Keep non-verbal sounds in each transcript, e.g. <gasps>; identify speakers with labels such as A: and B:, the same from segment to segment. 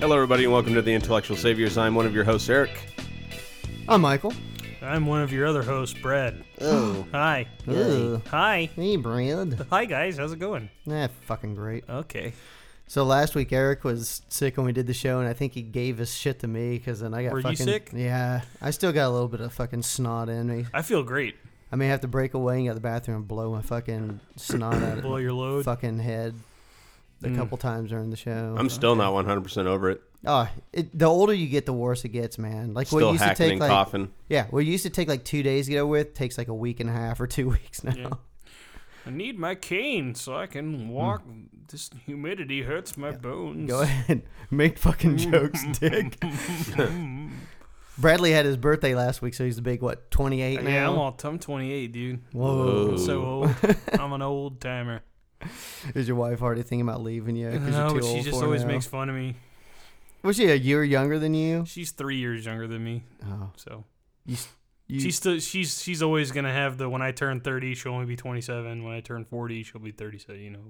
A: Hello, everybody, and welcome to the Intellectual Saviors. I'm one of your hosts, Eric.
B: I'm Michael.
C: I'm one of your other hosts, Brad.
B: Oh.
C: <gasps> Hi.
B: Ugh.
C: Hi.
B: Hey, Brad.
C: Hi, guys. How's it going?
B: Nah, fucking great.
C: Okay.
B: So last week Eric was sick when we did the show, and I think he gave his shit to me because then I got
C: Were you
B: fucking.
C: sick?
B: Yeah, I still got a little bit of fucking snot in me.
C: I feel great.
B: I may have to break away and go to the bathroom and blow my fucking snot out of
C: Blow
B: my
C: your load.
B: fucking head a
C: Mm.
B: couple times during the show.
A: I'm still not 100% over it.
B: oh, it, the older you get, the worse it gets, man. Like what
A: Still
B: used to
A: hacking
B: take
A: and
B: like
A: coughing.
B: yeah, what used to take like two days to get over with takes like a week and a half or two <laughs> weeks now.
C: Yeah. I need my cane so I can walk. This humidity hurts my bones.
B: Hmm. Go ahead. Make
C: <laughs>
B: fucking jokes, dick.
C: Mm.
B: Bradley had his birthday last week, so he's a big, what, 28
C: Yeah, I'm
B: now?
C: all, I'm 28, dude.
B: Whoa.
A: Ooh.
C: I'm so old. I'm an old timer.
B: <laughs> Is your wife already thinking about leaving you? Because
C: No,
B: you're
C: but
B: too
C: she
B: old
C: just
B: for it
C: always
B: now?
C: makes fun of me.
B: Was she a year younger than you?
C: She's three years younger than me,
B: Oh.
C: so
B: You, you,
C: she's still she's she's always gonna have the when I turn 30, she'll only be 27. When I turn 40, she'll be 37. You know,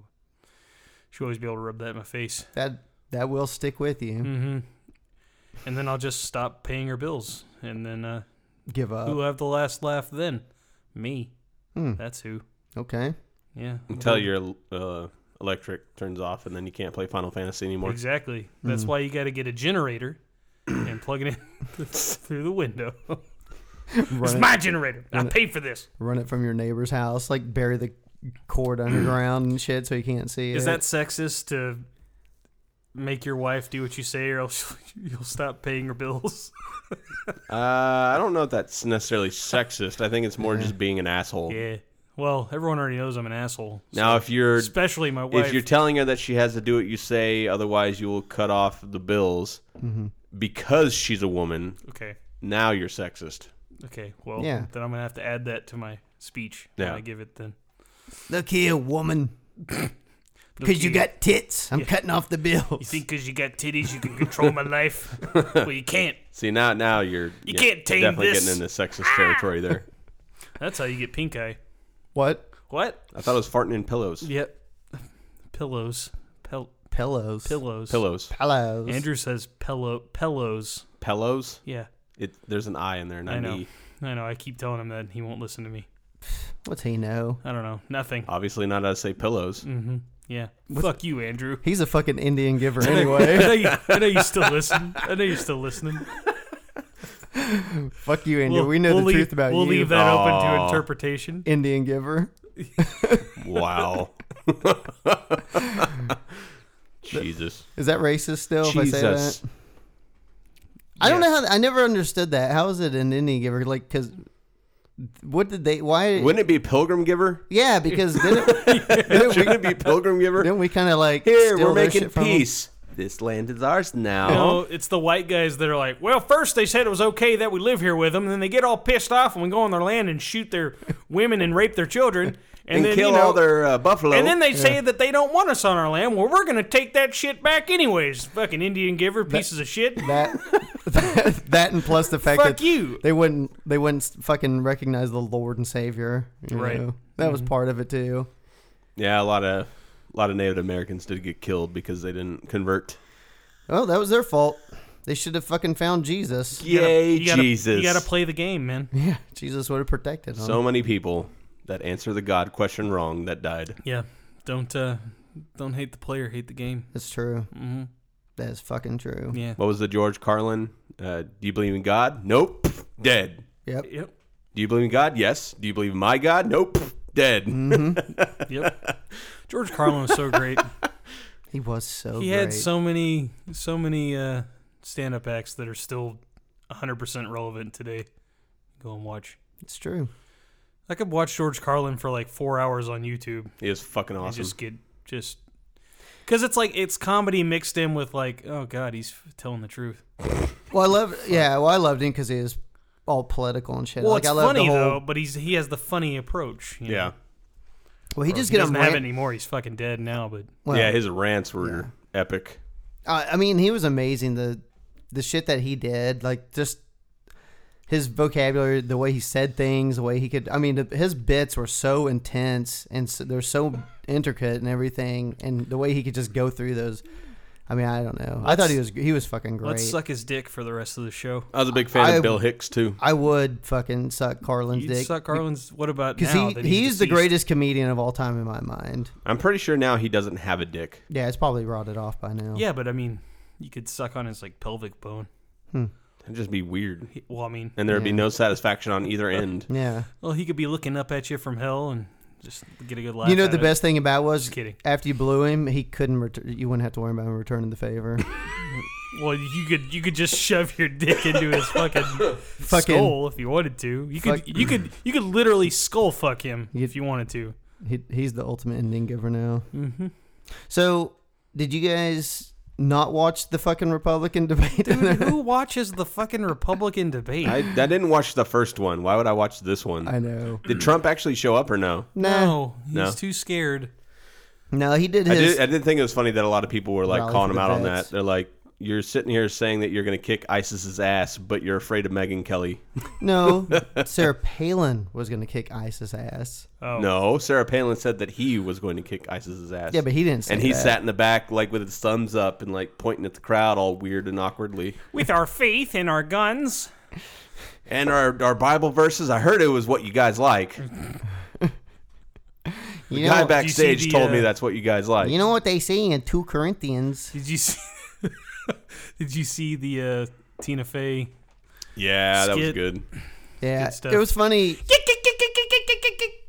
C: she'll always be able to rub that in my face.
B: that, that will stick with you.
C: hmm And then I'll just stop paying her bills, and then uh,
B: Give up.
C: who'll have the last laugh then? Me.
B: Hmm.
C: That's who. <laughs>
B: Okay.
C: Yeah.
A: Until your uh, electric turns off, and then you can't play Final Fantasy anymore.
C: Exactly. That's why you got to get a generator and plug it in <laughs> through the window. it's
B: Run it,
C: my generator. I paid for this.
B: run it from your neighbor's house. Like, bury the cord underground and shit so you can't see
C: Is
B: it.
C: that sexist to make your wife do what you say, or else <laughs> you'll stop paying her bills?
A: Uh, I don't know if that's necessarily sexist. I think it's more just being an asshole.
C: yeah. Well, everyone already knows I'm an asshole.
A: Now, if you're
C: Especially my wife.
A: if you're telling her that she has to do what you say, otherwise you will cut off the bills
B: Mm-hmm.
A: because she's a woman.
C: okay.
A: Now you're sexist.
C: Okay, well,
B: Yeah.
C: then I'm gonna have to add that to my speech
A: Yeah.
C: when I give it. Then
B: Look here, woman. Because you
C: here.
B: got tits. I'm cutting off the bills.
C: you think because you got titties you can control
A: <laughs>
C: my life? well, you can't.
A: See now, now you're you
C: can't tame
A: definitely
C: this. Ah!
A: getting into sexist territory there.
C: That's how you get pink eye.
B: what?
C: What?
A: I thought it was farting in pillows.
C: Yep. Pillows. Pel-
B: Pillows.
C: pillows.
A: Pillows,
B: Pillows.
C: Andrew says pillow pillows.
A: pillows.
C: Yeah,
A: It there's an I in there, not
C: I
A: an
C: know.
A: E.
C: I know. I keep telling him that and he won't listen to me.
B: What's he know?
C: I don't know. Nothing.
A: Obviously, not how to say pillows.
C: Mm-hmm. Yeah. Fuck you, Andrew.
B: He's a fucking Indian
C: <laughs>
B: giver
C: I
B: anyway.
C: know, you, I know you still listen. I know you're still listening.
B: Fuck you, Indian.
C: We'll-
B: we know
C: we'll
B: the
C: leave-
B: truth about
C: We'll
B: you.
C: leave that open to
A: Aw.
C: interpretation.
B: Indian giver.
C: <laughs>
A: Wow.
B: <laughs>
A: Jesus.
B: Is that racist still? If I say
A: Jesus.
B: that, I don't know how. I never understood that. How is it an Indian giver? Like, cause what did they? Why?
A: Wouldn't it be Pilgrim
C: <laughs>
A: Giver?
B: yeah, because then,
A: <laughs>
B: it, then
A: Shouldn't it be
B: we,
A: Pilgrim Giver?
B: then we kind of like
A: Here,
B: steal
A: we're
B: their
A: making
B: shit from 'em.
A: peace. This land is ours now.
C: No, it's the white guys that are like, well, first they said it was okay that we live here with them, and then they get all pissed off when we go on their land and
B: <laughs>
C: shoot their women and rape their children, and,
A: and
C: then
A: kill
C: you know,
A: all their uh, buffalo.
C: and then they say that they don't want us on our land. Well, we're gonna take that shit back anyways. Fucking Indian giver, pieces of shit.
A: <laughs>
B: That <laughs> that and plus the fact
C: Fuck
B: that
C: you.
B: they wouldn't they wouldn't fucking recognize the Lord and Savior. you
C: Right.
B: know? That was
A: Mm-hmm.
B: part of it too.
A: yeah, a lot of a lot of Native Americans did get killed because they didn't convert.
B: Oh, that was their fault. They should have fucking found Jesus.
C: You gotta-
A: Yay,
C: you gotta,
A: Jesus!
C: You gotta play the game, man.
B: Yeah, Jesus would have protected them.
A: so many people that answer the God question wrong that died.
C: Yeah, don't uh, don't hate the player, hate the game.
B: That's true.
C: Mm-hmm.
B: That's fucking true.
C: Yeah,
A: What was the George Carlin Uh, do you believe in God? Nope. Dead.
B: Yep.
C: Yep.
A: Do you believe in God? Yes. Do you believe in my God? Nope. Dead.
B: Mm.
C: Yep. George Carlin was
A: <laughs>
C: so great.
B: He was so
C: he
B: great.
C: had so many so many uh, stand up acts that are still 100% relevant today. Go and watch.
B: it's true.
C: I could watch George Carlin for like 4 hours on YouTube
A: He was fucking
C: and
A: awesome.
C: just get just cuz it's like it's comedy mixed in with like oh god, he's f- telling the truth.
B: Well, I love. Yeah. Well, I loved him because he was all political and shit.
C: Well,
B: like
C: it's
B: I loved
C: funny
B: the whole,
C: though, but he's he has the funny approach, you know?
A: yeah.
B: Well, he just
C: he
B: get on
C: doesn't have it
B: rant-
C: anymore. He's fucking dead now, but
B: well,
A: yeah, his rants were epic.
B: I I mean, he was amazing. The the shit that he did, like just his vocabulary, the way he said things, the way he could. I mean, the, his bits were so intense and so, they're so intricate and everything, and the way he could just go through those. I mean, I don't know. I thought he was he was fucking great.
C: let's suck his dick for the rest of the show.
A: I was a big fan
B: I-
A: of Bill Hicks too.
B: I would fucking suck Carlin's
C: You'd
B: dick
C: suck Carlin's what about
B: because
C: now
B: he
C: that
B: he's, the
C: deceased?
B: greatest comedian of all time in my mind.
A: I'm pretty sure now he doesn't have a dick.
B: Yeah, it's probably rotted off by now.
C: Yeah, but I mean, you could suck on his like pelvic bone.
A: It'd just be weird.
C: He- Well, I mean,
A: And there'd be
B: Yeah.
A: no satisfaction on either
B: <laughs>
A: end.
B: yeah.
C: well, he could be looking up at you from hell and just get a good laugh.
B: You know
C: at
B: the
C: it.
B: best thing about was
C: Just kidding.
B: after you blew him, he couldn't. Retur- you wouldn't have to worry about him returning the
C: <laughs>
B: favor.
C: Well, you could you could just shove your dick into his
B: <laughs>
C: fucking,
B: Fucking-
C: skull if you wanted to. You could
B: Fuck-
C: you could you could literally skull fuck him if you wanted to.
B: he, he's the ultimate ending giver now.
C: Mm-hmm.
B: So, did you guys not watch the fucking Republican <laughs> debate?
C: <laughs> Who watches the fucking Republican debate?
A: I, I didn't watch the first one. Why would I watch this one?
B: I know.
A: Did Trump actually show up or no?
B: Nah,
C: <laughs> no, he's
A: No.
C: too scared.
B: no, he did
A: I
B: his.
A: did, I did think it was funny that a lot of people were like
B: Rally
A: calling him
B: for the
A: out on
B: vets.
A: that. They're like, "You're sitting here saying that you're going to kick ISIS's ass, but you're afraid of Megan Kelly."
B: no,
A: <laughs>
B: Sarah Palin was gonna kick ISIS ass.
C: Oh
A: No, Sarah Palin said that he was going to kick ISIS's ass.
B: Yeah, but he didn't say
A: and he
B: that.
A: sat in the back like with his thumbs up and like pointing at the crowd all weird and awkwardly.
C: with our faith and our guns.
A: And our our Bible verses, I heard it was what you guys like.
B: You
A: The guy
B: know,
A: backstage
C: the,
A: told me
C: uh,
A: that's what you guys like.
B: you know what they say in two Corinthians.
C: Did you see? <laughs> did you see the uh, Tina Fey?
A: yeah, that was
C: Skit.
A: good.
B: Yeah,
C: Good stuff.
B: it was funny.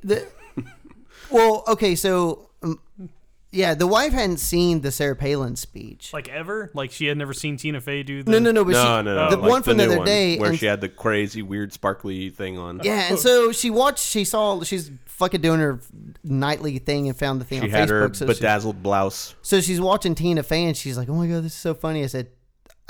B: The- well, okay, so um, yeah, the wife hadn't seen the Sarah Palin speech.
C: Like ever? Like she had never seen Tina Fey do? The,
B: no, no, no, but
A: No,
B: she,
A: no, no.
B: the
A: like
B: one from the
A: new
B: other day,
A: where
B: and
A: she had the crazy, weird, sparkly thing on.
B: Yeah, and so she watched. She saw. She's fucking doing her nightly thing and found the thing
A: She
B: on
A: had
B: Facebook.
A: her
B: so, she-
A: bedazzled blouse.
B: so she's watching Tina Fey, and she's like, "Oh my god, this is so funny." I said,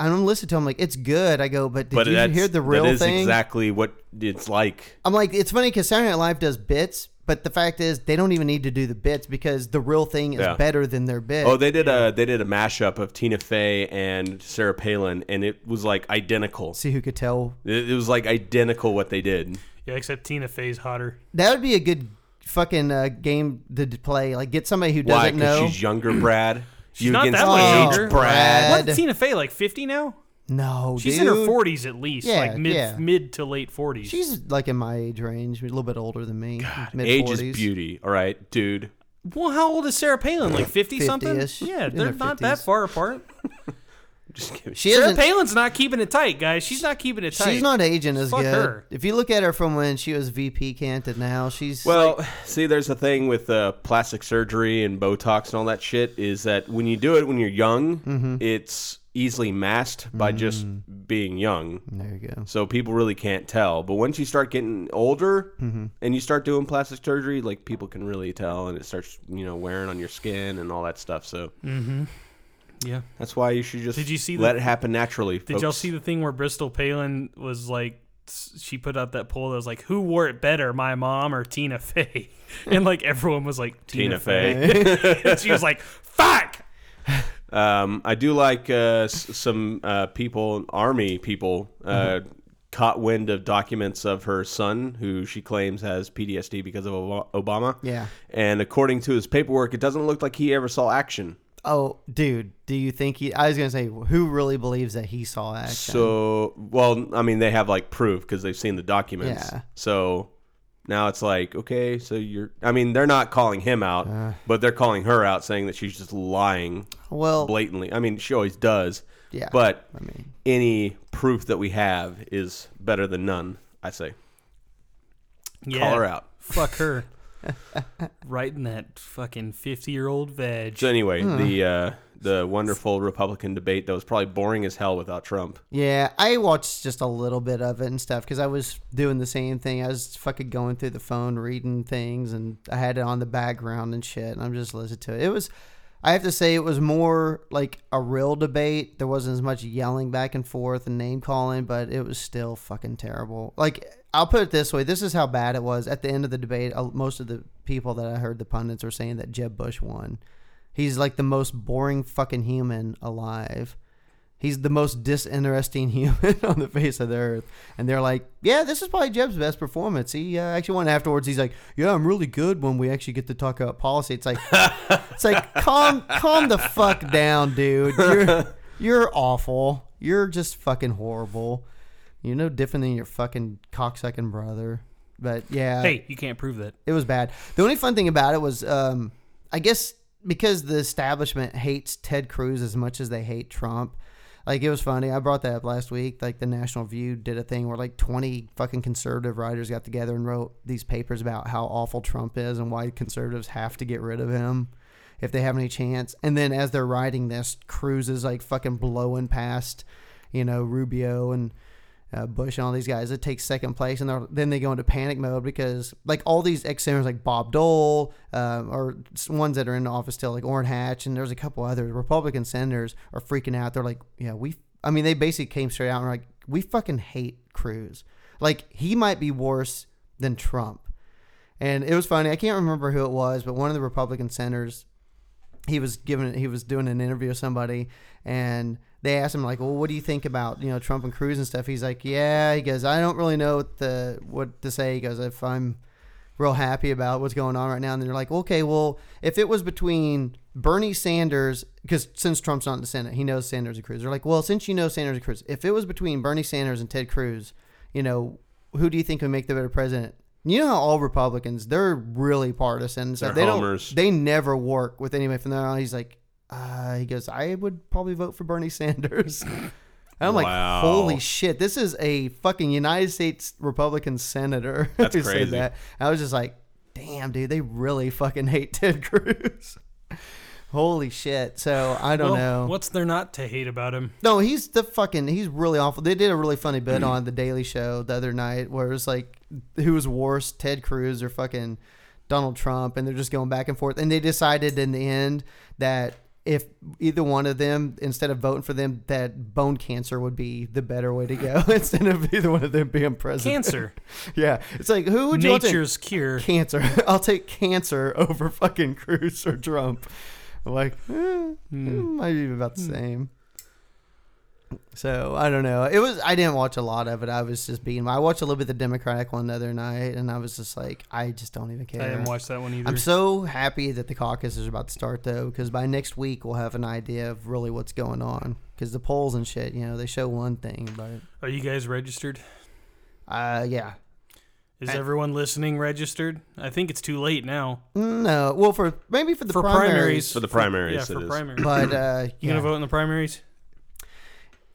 B: "I don't listen to him. Like, it's good." I go, "But did
A: but
B: you
A: that's,
B: hear the real
A: that is
B: thing?"
A: exactly what it's like.
B: I'm like, "It's funny because Saturday Night Live does bits, but the fact is they don't even need to do the bits because the real thing is
A: Yeah.
B: better than their bit."
A: Oh, they did a they did a mashup of Tina Fey and Sarah Palin, and it was like identical.
B: See who could tell.
A: It, it was like identical what they did.
C: Yeah, except Tina Fey's hotter.
B: That would be a good fucking uh, game to d- play. Like, get somebody who
A: Why?
B: doesn't
A: Because
B: know.
A: she's younger, Brad.
C: <clears throat> She's not that much
A: aged
C: younger.
A: Brad.
B: Brad.
C: What is Tina Fey like? Fifty now?
B: no,
C: She's
B: dude.
C: in her forties at least.
B: Yeah,
C: like mid
B: yeah.
C: mid to late forties.
B: She's like in my age range, a little bit older than me. mid
A: Age
B: 40s.
A: is beauty. All right, dude.
C: well, how old is Sarah Palin? Like fifty something?
B: 50-ish.
C: Yeah,
B: In
C: they're
B: her
C: not that
B: 50s.
C: far apart.
A: Just kidding.
B: She
C: Sarah
B: isn't.
C: Palin's not keeping it tight, guys. She's not keeping it tight.
B: she's not aging as
C: Fuck
B: good.
C: her.
B: If you look at her from when she was VP Kent and now she's
A: Well, see, there's a thing with uh, plastic surgery and Botox and all that shit is that when you do it when you're young,
B: Mm-hmm.
A: it's easily masked by just
B: Mm.
A: being young.
B: there you go.
A: So people really can't tell. But once you start getting older
C: Mm-hmm.
A: and you start doing plastic surgery, like people can really tell and it starts, you know, wearing on your skin and all that stuff. So
C: Yeah.
A: that's why you should just
C: Mm. Did you see
A: let
C: the-
A: it happen naturally.
C: Did y'all see the thing where Bristol Palin was like, s- she put out that poll that was like, who wore it better, my mom or Tina Fey? <laughs> And like everyone was like,
A: Tina
C: Tina, Fey. <laughs> and she was like, fuck!
A: Um, I do like uh, s- some uh, people, army people, uh,
C: Mm-hmm.
A: caught wind of documents of her son, who she claims has PTSD because of Ob- Obama.
B: Yeah.
A: And according to his paperwork, it doesn't look like he ever saw action.
B: Oh, dude, do you think he I was going to say who really believes that he saw action?
A: So, well, I mean, they have like proof because they've seen the documents.
B: Yeah.
A: So now it's like, okay, so you're. I mean, they're not calling him out, but they're calling her out, saying that she's just lying
B: Uh. well,
A: blatantly. I mean, she always does.
B: Yeah.
A: But
B: I mean,
A: any proof that we have is better than none. I say,
C: Yeah.
A: call her out.
C: Fuck her. <laughs> right in that fucking 50 year old veg.
A: So anyway,
B: Hmm.
A: the uh, the wonderful Republican debate that was probably boring as hell without Trump.
B: yeah, I watched just a little bit of it and stuff because I was doing the same thing. I was fucking going through the phone, reading things, and I had it on the background and shit. And I'm just listening to it. It was, I have to say, it was more like a real debate. There wasn't as much yelling back and forth and name calling, but it was still fucking terrible. Like I'll put it this way: this is how bad it was. At the end of the debate, uh, most of the people that I heard the pundits were saying that Jeb Bush won. He's like the most boring fucking human alive. He's the most disinteresting <laughs> human on the face of the earth. And they're like, yeah, this is probably Jeb's best performance. He uh, actually won afterwards. He's like, yeah, I'm really good when we actually get to talk about policy. It's like, it's like, calm, calm the fuck down, dude. You're, you're awful. You're just fucking horrible. You're no different than your fucking cocksucking brother. But yeah
C: hey, you can't prove that.
B: it was bad. The only fun thing about it was, um, I guess, because the establishment hates Ted Cruz as much as they hate Trump. Like it was funny. I brought that up last week. Like the National View did a thing where like twenty fucking conservative writers got together and wrote these papers about how awful Trump is and why conservatives have to get rid of him if they have any chance. And then as they're writing this, Cruz is like fucking blowing past, you know, Rubio and uh, Bush and all these guys. It takes second place, and they're- then they go into panic mode because like all these ex senators like Bob Dole um, or s- ones that are in office still, like Orrin Hatch, and there's a couple other Republican senators are freaking out. They're like, yeah, we. I mean, they basically came straight out and were like, we fucking hate Cruz. Like he might be worse than Trump. And it was funny. I can't remember who it was, but one of the Republican senators he was giving he was doing an interview with somebody and they asked him like well what do you think about you know trump and cruz and stuff he's like yeah he goes i don't really know what the what to say he goes if i'm real happy about what's going on right now and they're like okay well if it was between bernie sanders because since trump's not in the senate he knows sanders and cruz they're like well since you know sanders and cruz if it was between bernie sanders and ted cruz you know who do you think would make the better president you know how all republicans they're really partisan so
A: They're
B: they
A: homers.
B: don't they never work with anybody from there on he's like uh, he goes i would probably vote for bernie <laughs> sanders And I'm
A: Wow.
B: like, holy shit! This is a fucking United States Republican senator <laughs>
A: That's
B: who
A: crazy.
B: said that. I was just like, damn, dude, they really fucking hate Ted Cruz. <laughs> holy shit! So I don't know.
C: What's there not to hate
B: <laughs>
C: about him?
B: No, he's the fucking. He's really awful. They did a really funny bit on the Daily Show the other night where it was like, who was worse, Ted Cruz or fucking Donald Trump? And they're just going back and forth. And they decided in the end that if either one of them, instead of voting for them, that bone cancer would be the better way to go <laughs> instead of either one of them being president. <laughs>
C: Cancer.
B: Yeah, it's like who would you want to-
C: Nature's cure.
B: cancer? <laughs> I'll take cancer <laughs> over fucking Cruz or Trump. I'm like, eh,
C: Hmm.
B: it might be about the same. So I don't know. It was I didn't watch a lot of it. I was just being. I watched a little bit of the Democratic one the other night, and I was just like, I just don't even care.
C: I didn't watch that one either.
B: I'm so happy that the caucus is about to start though, because by next week we'll have an idea of really what's going on. Because the polls and shit, you know, they show one thing, but
C: Are you guys registered?
B: uh, yeah,
C: Is
B: I-
C: everyone listening registered? I think it's too late now.
B: no. Well, for maybe for the
C: For primaries.
B: primaries,
A: For the primaries,
C: yeah,
A: it
C: for
A: is.
C: primaries.
B: but
C: <clears throat>
B: uh, yeah.
C: You gonna vote in the primaries?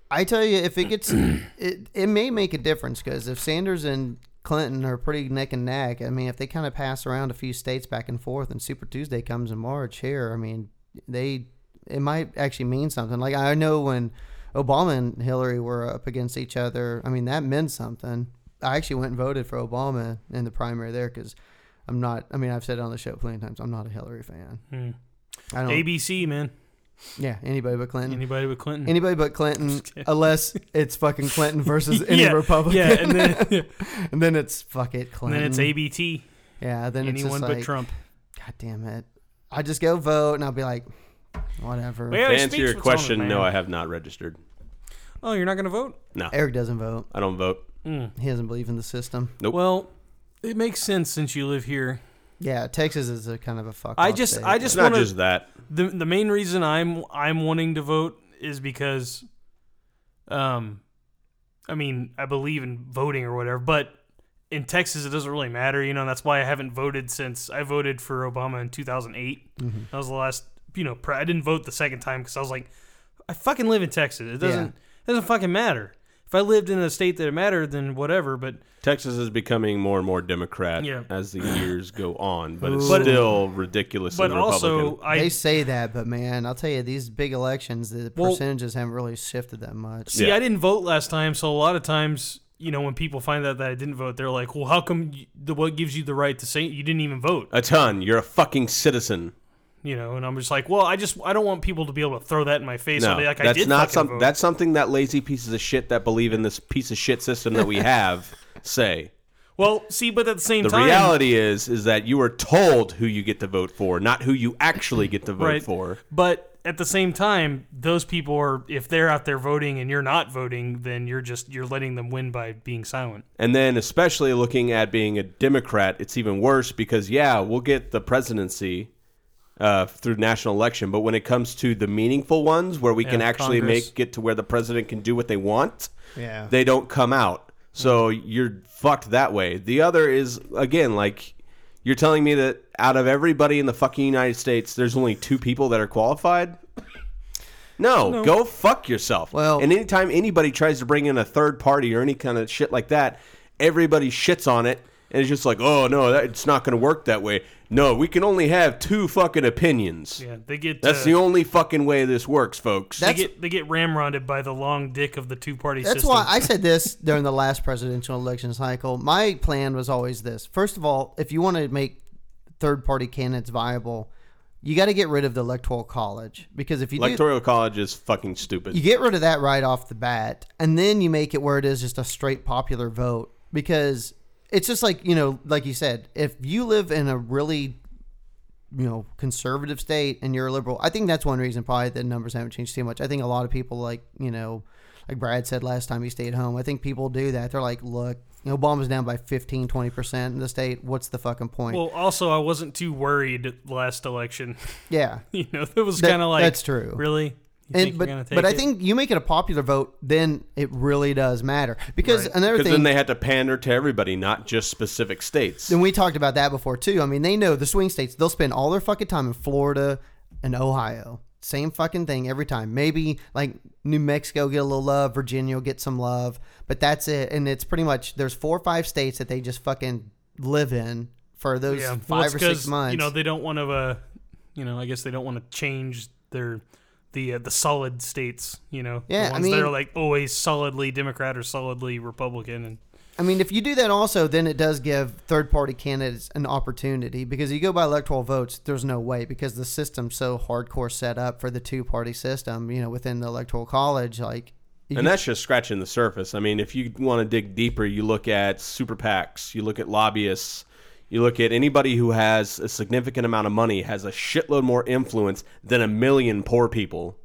B: I tell you, if it gets, it, it may make a difference because if Sanders and Clinton are pretty neck and neck, I mean, if they kind of pass around a few states back and forth, and Super Tuesday comes in March here, I mean, they it might actually mean something. Like I know when Obama and Hillary were up against each other, I mean that meant something. I actually went and voted for Obama in the primary there because I'm not. I mean, I've said it on the show plenty of times. I'm not a Hillary fan.
C: Hmm.
B: I don't.
C: ABC man.
B: yeah, anybody but Clinton.
C: Anybody with Clinton?
B: Anybody but Clinton, unless it's fucking Clinton
C: <laughs>
B: versus any
C: yeah,
B: Republican.
C: Yeah,
B: <laughs>
C: and then, <laughs>
B: And then it's fuck it,
C: and
B: Clinton.
C: then it's ABT.
B: Yeah, then it's
C: Anyone
B: just
C: but
B: like,
C: Trump.
B: God damn it. I just go vote and I'll be like, whatever.
C: Well, yeah,
A: To
C: he
A: answer
C: speaks
A: your
C: what's on his
A: question, no, I
C: mind.
A: have not registered.
C: Oh, you're not gonna vote?
A: No,
B: Eric doesn't vote.
A: I don't vote.
C: Mm.
B: He doesn't believe in the system.
A: Nope.
C: Well, it makes sense since you live here.
B: Yeah, Texas is a kind of a fuck.
C: I
B: off
C: just-
B: state.
C: I
A: It's
C: just
A: not
C: wanna-
A: just that.
C: the the main reason I'm I'm wanting to vote is because, um, I mean I believe in voting or whatever, but in Texas it doesn't really matter, you know. That's why I haven't voted since I voted
B: Mm-hmm.
C: for Obama in 2008. That was the last, you know. Pre- I didn't vote the second time because I was like, I fucking live in Texas. It doesn't it doesn't fucking matter. If I lived in a state that mattered, then whatever. But
A: Texas is becoming more and more Democrat
C: Yeah.
A: as the years go on, but it's
C: But-
A: still ridiculously
C: but also
A: Republican.
C: I
B: they say that, but man, I'll tell you, these big elections, the
C: Well-
B: percentages haven't really shifted that much.
C: See,
A: Yeah.
C: I didn't vote last time, so a lot of times, you know, when people find out that I didn't vote, they're like, "Well, how come? You, the, what gives you the right to say you didn't even vote?"
A: a ton. You're a fucking citizen.
C: You know, and I'm just like, "Well, I just I don't want people to be able to throw that in my face."
A: No,
C: I'll be like, I
A: that's
C: did
A: not
C: fucking
A: something.
C: vote."
A: That's something that lazy pieces of shit that believe in this piece of shit system that
C: <laughs>
A: we have say.
C: well, see, but at the same
A: The
C: time,
A: reality is, is that you are told who you get to vote for, not who you actually get to vote
C: right?
A: for.
C: But at the same time, those people are if they're out there voting and you're not voting, then you're just you're letting them win by being silent.
A: And then, especially looking at being a Democrat, it's even worse because, yeah, we'll get the presidency uh, through national election, but when it comes to the meaningful ones where we can
C: Yeah,
A: actually
C: Congress.
A: make get to where the president can do what they want,
B: Yeah.
A: they don't come out. So you're fucked that way. The other is again like you're telling me that out of everybody in the fucking United States, there's only two people that are qualified. No, go fuck yourself.
B: Well-
A: and anytime anybody tries to bring in a third party or any kind of shit like that, everybody shits on it, and it's just like, oh no, that, it's not going to work that way. No, we can only have two fucking opinions.
C: Yeah, they get
A: That's
C: uh,
A: the only fucking way this works, folks.
C: they
B: That's-
C: get they get ramrodded by the long dick of the two party system.
B: That's why I said this during the last presidential election cycle. My plan was always this. First of all, if you want to make third party candidates viable, you got to get rid of the electoral college because if you do,
A: Electoral college is fucking stupid.
B: you get rid of that right off the bat, and then you make it where it is just a straight popular vote because it's just like you know, like you said, if you live in a really you know conservative state and you're a liberal, I think that's one reason probably the numbers haven't changed too much. I think a lot of people like you know, like Brad said last time he stayed home. I think people do that. They're like, look, Obama's down by 15, 20 percent in the state. What's the fucking point?
C: well, also I wasn't too worried last election. <laughs>
B: yeah,
C: you know, it was
B: That-
C: kind of like
B: that's true.
C: Really, You think
B: and
C: you're
B: but
C: gonna
B: but
C: take
B: I
C: it?
B: think you make it a popular vote, then it really does matter because another
A: Because
B: thing
A: then they had to pander to everybody, not just specific states.
B: And we talked about that before too. I mean, they know the swing states. They'll spend all their fucking time in Florida and Ohio. Same fucking thing every time. Maybe like New Mexico get a little love, Virginia will get some love, but that's it. And it's pretty much there's four or five states that they just fucking live in for those
C: yeah,
B: five
C: well, it's
B: or six
C: 'cause,
B: months.
C: You know, they don't want to. Uh, you know, I guess they don't want to change their the uh, the solid states. You know,
B: Yeah, I
C: the ones that are
B: mean-
C: like always solidly Democrat or solidly Republican, and
B: I mean, if you do that also, then it does give third party candidates an opportunity because you go by electoral votes, there's no way because the system's so hardcore set up for the two party system, you know, within the electoral college. Like, you-
A: and that's just scratching the surface. I mean, if you want to dig deeper, you look at super PACs, you look at lobbyists, you look at anybody who has a significant amount of money has a shitload more influence than a million poor people.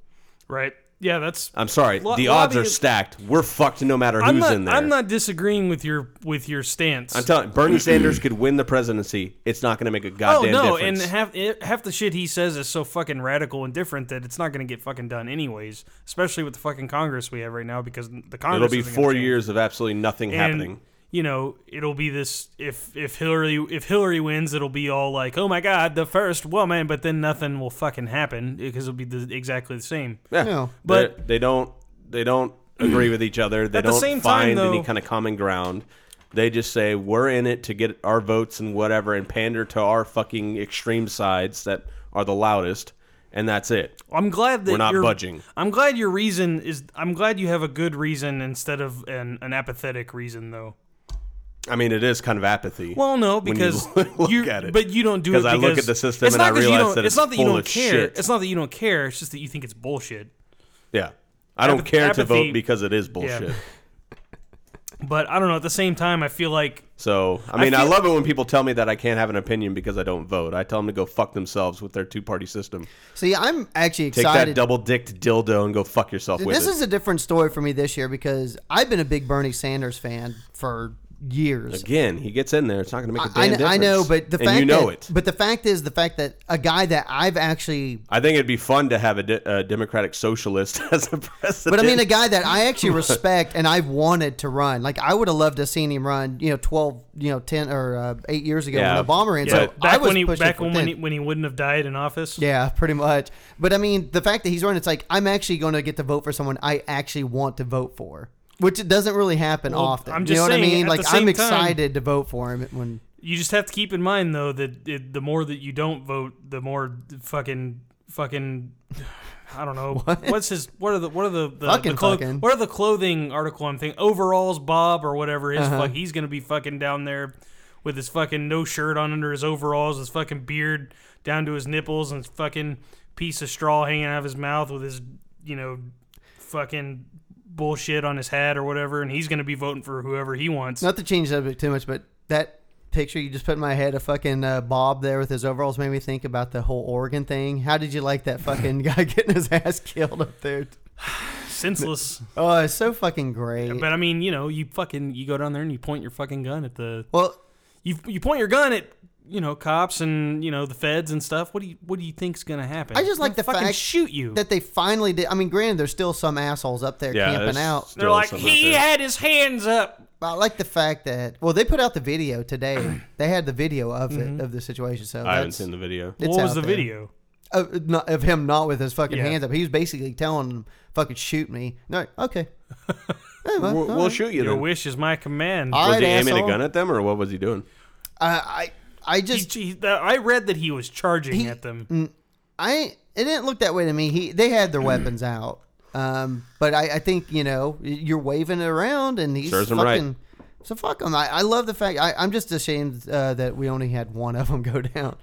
C: right? Yeah, that's.
A: I'm sorry,
C: Lo-
A: the odds are
C: lobbyist-
A: stacked. We're fucked no matter who's
C: I'm not.
A: in there.
C: I'm not disagreeing with your with your stance.
A: I'm telling Bernie Sanders could win the presidency. It's not going to make a
C: Oh
A: goddamn
C: no!
A: difference.
C: And half it, half the shit he says is so fucking radical and different that it's not going to get fucking done anyways. Especially with the fucking Congress we have right now, because the Congress
A: It'll be
C: isn't gonna
A: four
C: change.
A: years of absolutely nothing
C: and
A: happening.
C: you know it'll be this if if Hillary if Hillary wins it'll be all like oh my god the first woman but then nothing will fucking happen because it'll be the, exactly the same
A: Yeah,
B: No.
A: but
C: But-
A: they don't they don't agree with each other. They
C: At the
A: don't
C: same time,
A: find any
C: though-
A: kind of common ground. They just say we're in it to get our votes and whatever, and pander to our fucking extreme sides that are the loudest, and that's it.
C: I'm glad that
A: We're not
C: your-
A: budging.
C: I'm glad your reason is I'm glad you have a good reason instead of an, an apathetic reason though
A: I mean, it is kind of apathy.
C: well no
A: when you
C: because
A: <laughs> look
C: you-
A: at it.
C: but you don't do it
A: because
C: because
A: I look at the system
C: it's
A: and I
C: not 'cause you
A: realize
C: don't-
A: that
C: it's not that you
A: full
C: don't
A: of
C: care
A: shit.
C: it's not that you don't care it's just that you think it's bullshit
A: yeah, I don't
C: Apath-
A: care to
C: apathy-
A: vote because it is bullshit.
C: but I don't know at the same time I feel like
A: So I mean, I,
C: feel-
A: love it when people tell me that I can't have an opinion because I don't vote. I tell them to go fuck themselves with their two party system.
B: see, I'm actually
A: Take
B: excited.
A: that double dicked dildo and go fuck yourself with
B: this
A: it.
B: is a different story for me this year because I've been a big Bernie Sanders fan for years.
A: Again, he gets in there. It's not going to make a damn
B: I, I kn-
A: difference.
B: I know, but the
A: and
B: fact
A: you know
B: that,
A: it.
B: But the fact is, the fact that a guy that I've actually,
A: I think it'd be fun to have a, de- a democratic socialist <laughs> as a president.
B: but I mean, a guy that I
A: <laughs>
B: actually respect and I've wanted to run. Like I would have loved to have seen him run. You know, twelve, you know, ten or uh, eight years ago
A: Yeah.
B: when Obama ran.
A: Yeah.
B: So
A: But
B: I
C: Back
B: was
C: when he
B: pushing
C: back
B: for
C: when,
B: ten.
C: when he when he wouldn't have died in office.
B: Yeah, pretty much. But I mean, the fact that he's running, it's like I'm actually going to get to vote for someone I actually want to vote for, which it doesn't really happen
C: Well,
B: often.
C: I'm
B: you
C: just
B: know
C: saying,
B: what I mean?
C: at
B: Like
C: the
B: I'm
C: same time-
B: excited to vote for him when
C: You just have to keep in mind though that it, the more that you don't vote, the more fucking fucking I
B: <laughs>
C: don't know what's his what are the what are the, the,
B: Fucking
C: the clo-
B: fucking.
C: what are the clothing article I'm thinking overalls Bob or whatever his
B: Uh-huh.
C: fuck he's gonna be fucking down there with his fucking no shirt on under his overalls, his fucking beard down to his nipples, and his fucking piece of straw hanging out of his mouth with his you know fucking bullshit on his hat or whatever, and he's gonna be voting for whoever he wants.
B: not to change the subject too much, but that picture you just put in my head of fucking uh, Bob there with his overalls made me think about the whole Oregon thing. How did you like
C: <laughs>
B: that fucking guy getting his ass killed up there?
C: Senseless.
B: Oh, it's so fucking great.
C: But I mean, you know, you fucking you go down there and you point your fucking gun at the
B: well,
C: you you point your gun at you know cops and you know the feds and stuff. What do you what do you think's gonna happen?
B: I just like
C: They'll
B: the
C: fucking
B: fact
C: shoot you.
B: that they finally did. I mean, granted, there's still some assholes up there
A: yeah,
B: camping
A: there's
B: out.
C: They're
A: still
C: like
A: some out
C: he
A: there.
C: had his hands up.
B: But I like the fact that well, they put out the video today.
C: <clears throat>
B: they had the video of
C: Mm-hmm.
B: it of the situation. So
A: I haven't
B: that's-
A: seen the video.
B: it's
C: what was
B: out
C: the
B: there.
C: video?
B: of, not, of him not with his fucking
C: Yeah.
B: hands up? He was basically telling them, "Fucking shoot me." No,
C: <laughs>
B: okay. Hey, well,
A: We'll,
B: all
A: we'll
B: right.
A: shoot you.
C: Your
A: Then.
C: wish is my command.
B: All
A: was
B: right,
A: he aiming
B: asshole.
A: a gun at them, or what was he doing?
B: I, I, I
C: He-
B: just,
C: he- that- I read that he was charging
B: He- Mm,
C: at them.
B: I. It didn't look that way to me. He, they had their weapons out. Um, but I, I think you know you're waving it around, and he's
A: Serves him right.
B: fucking. So fuck him. I, I love the fact. I, I'm just ashamed uh, that we only had one of them go down.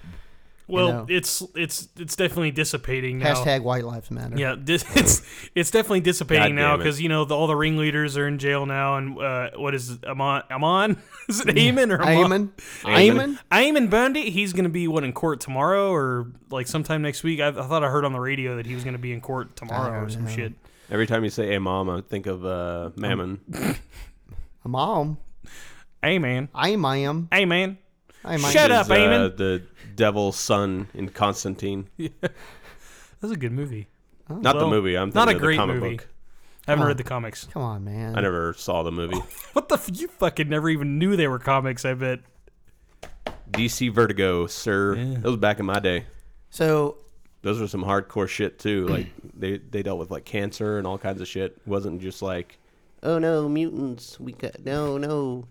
C: Well,
B: know.
C: it's it's it's definitely dissipating now.
B: Hashtag White Lives Matter.
C: Yeah, <laughs> dis- it's it's definitely dissipating
A: God
C: now
A: damn it.
C: because you know the, all the ringleaders are in jail now, and uh, what is it, Amon? Amon? <laughs> is it Amon or Amon?
B: Amen.
A: Amen.
B: Amen.
C: Amon Bundy, he's going to be what in court tomorrow or like sometime next week. I, I thought I heard on the radio that he was going to be in court tomorrow or some shit.
A: Every time you say "Hey, mom," I think of
B: Um,
A: uh, Mammon.
B: Mom.
C: Hey man,
B: I am. I am.
C: hey man,
B: I am.
C: Shut
A: Which
C: up,
A: is, uh,
C: Aemon.
A: the devil's son in Constantine.
C: that's a good movie.
A: Not the
C: Well,
A: movie. I'm
C: not
A: thinking
C: a
A: of
C: great
A: the comic
C: movie.
A: book.
C: Haven't
B: Huh.
C: read the comics.
B: Come on, man.
A: I never saw the movie.
C: What the? F- you fucking never even knew they were comics. I bet.
A: DC Vertigo, sir.
C: Yeah.
A: That was back in my day.
B: So
A: Those were some hardcore shit
C: <clears throat>
A: too. Like they they dealt with like cancer and all kinds of shit. It wasn't just like oh no mutants. We got no no.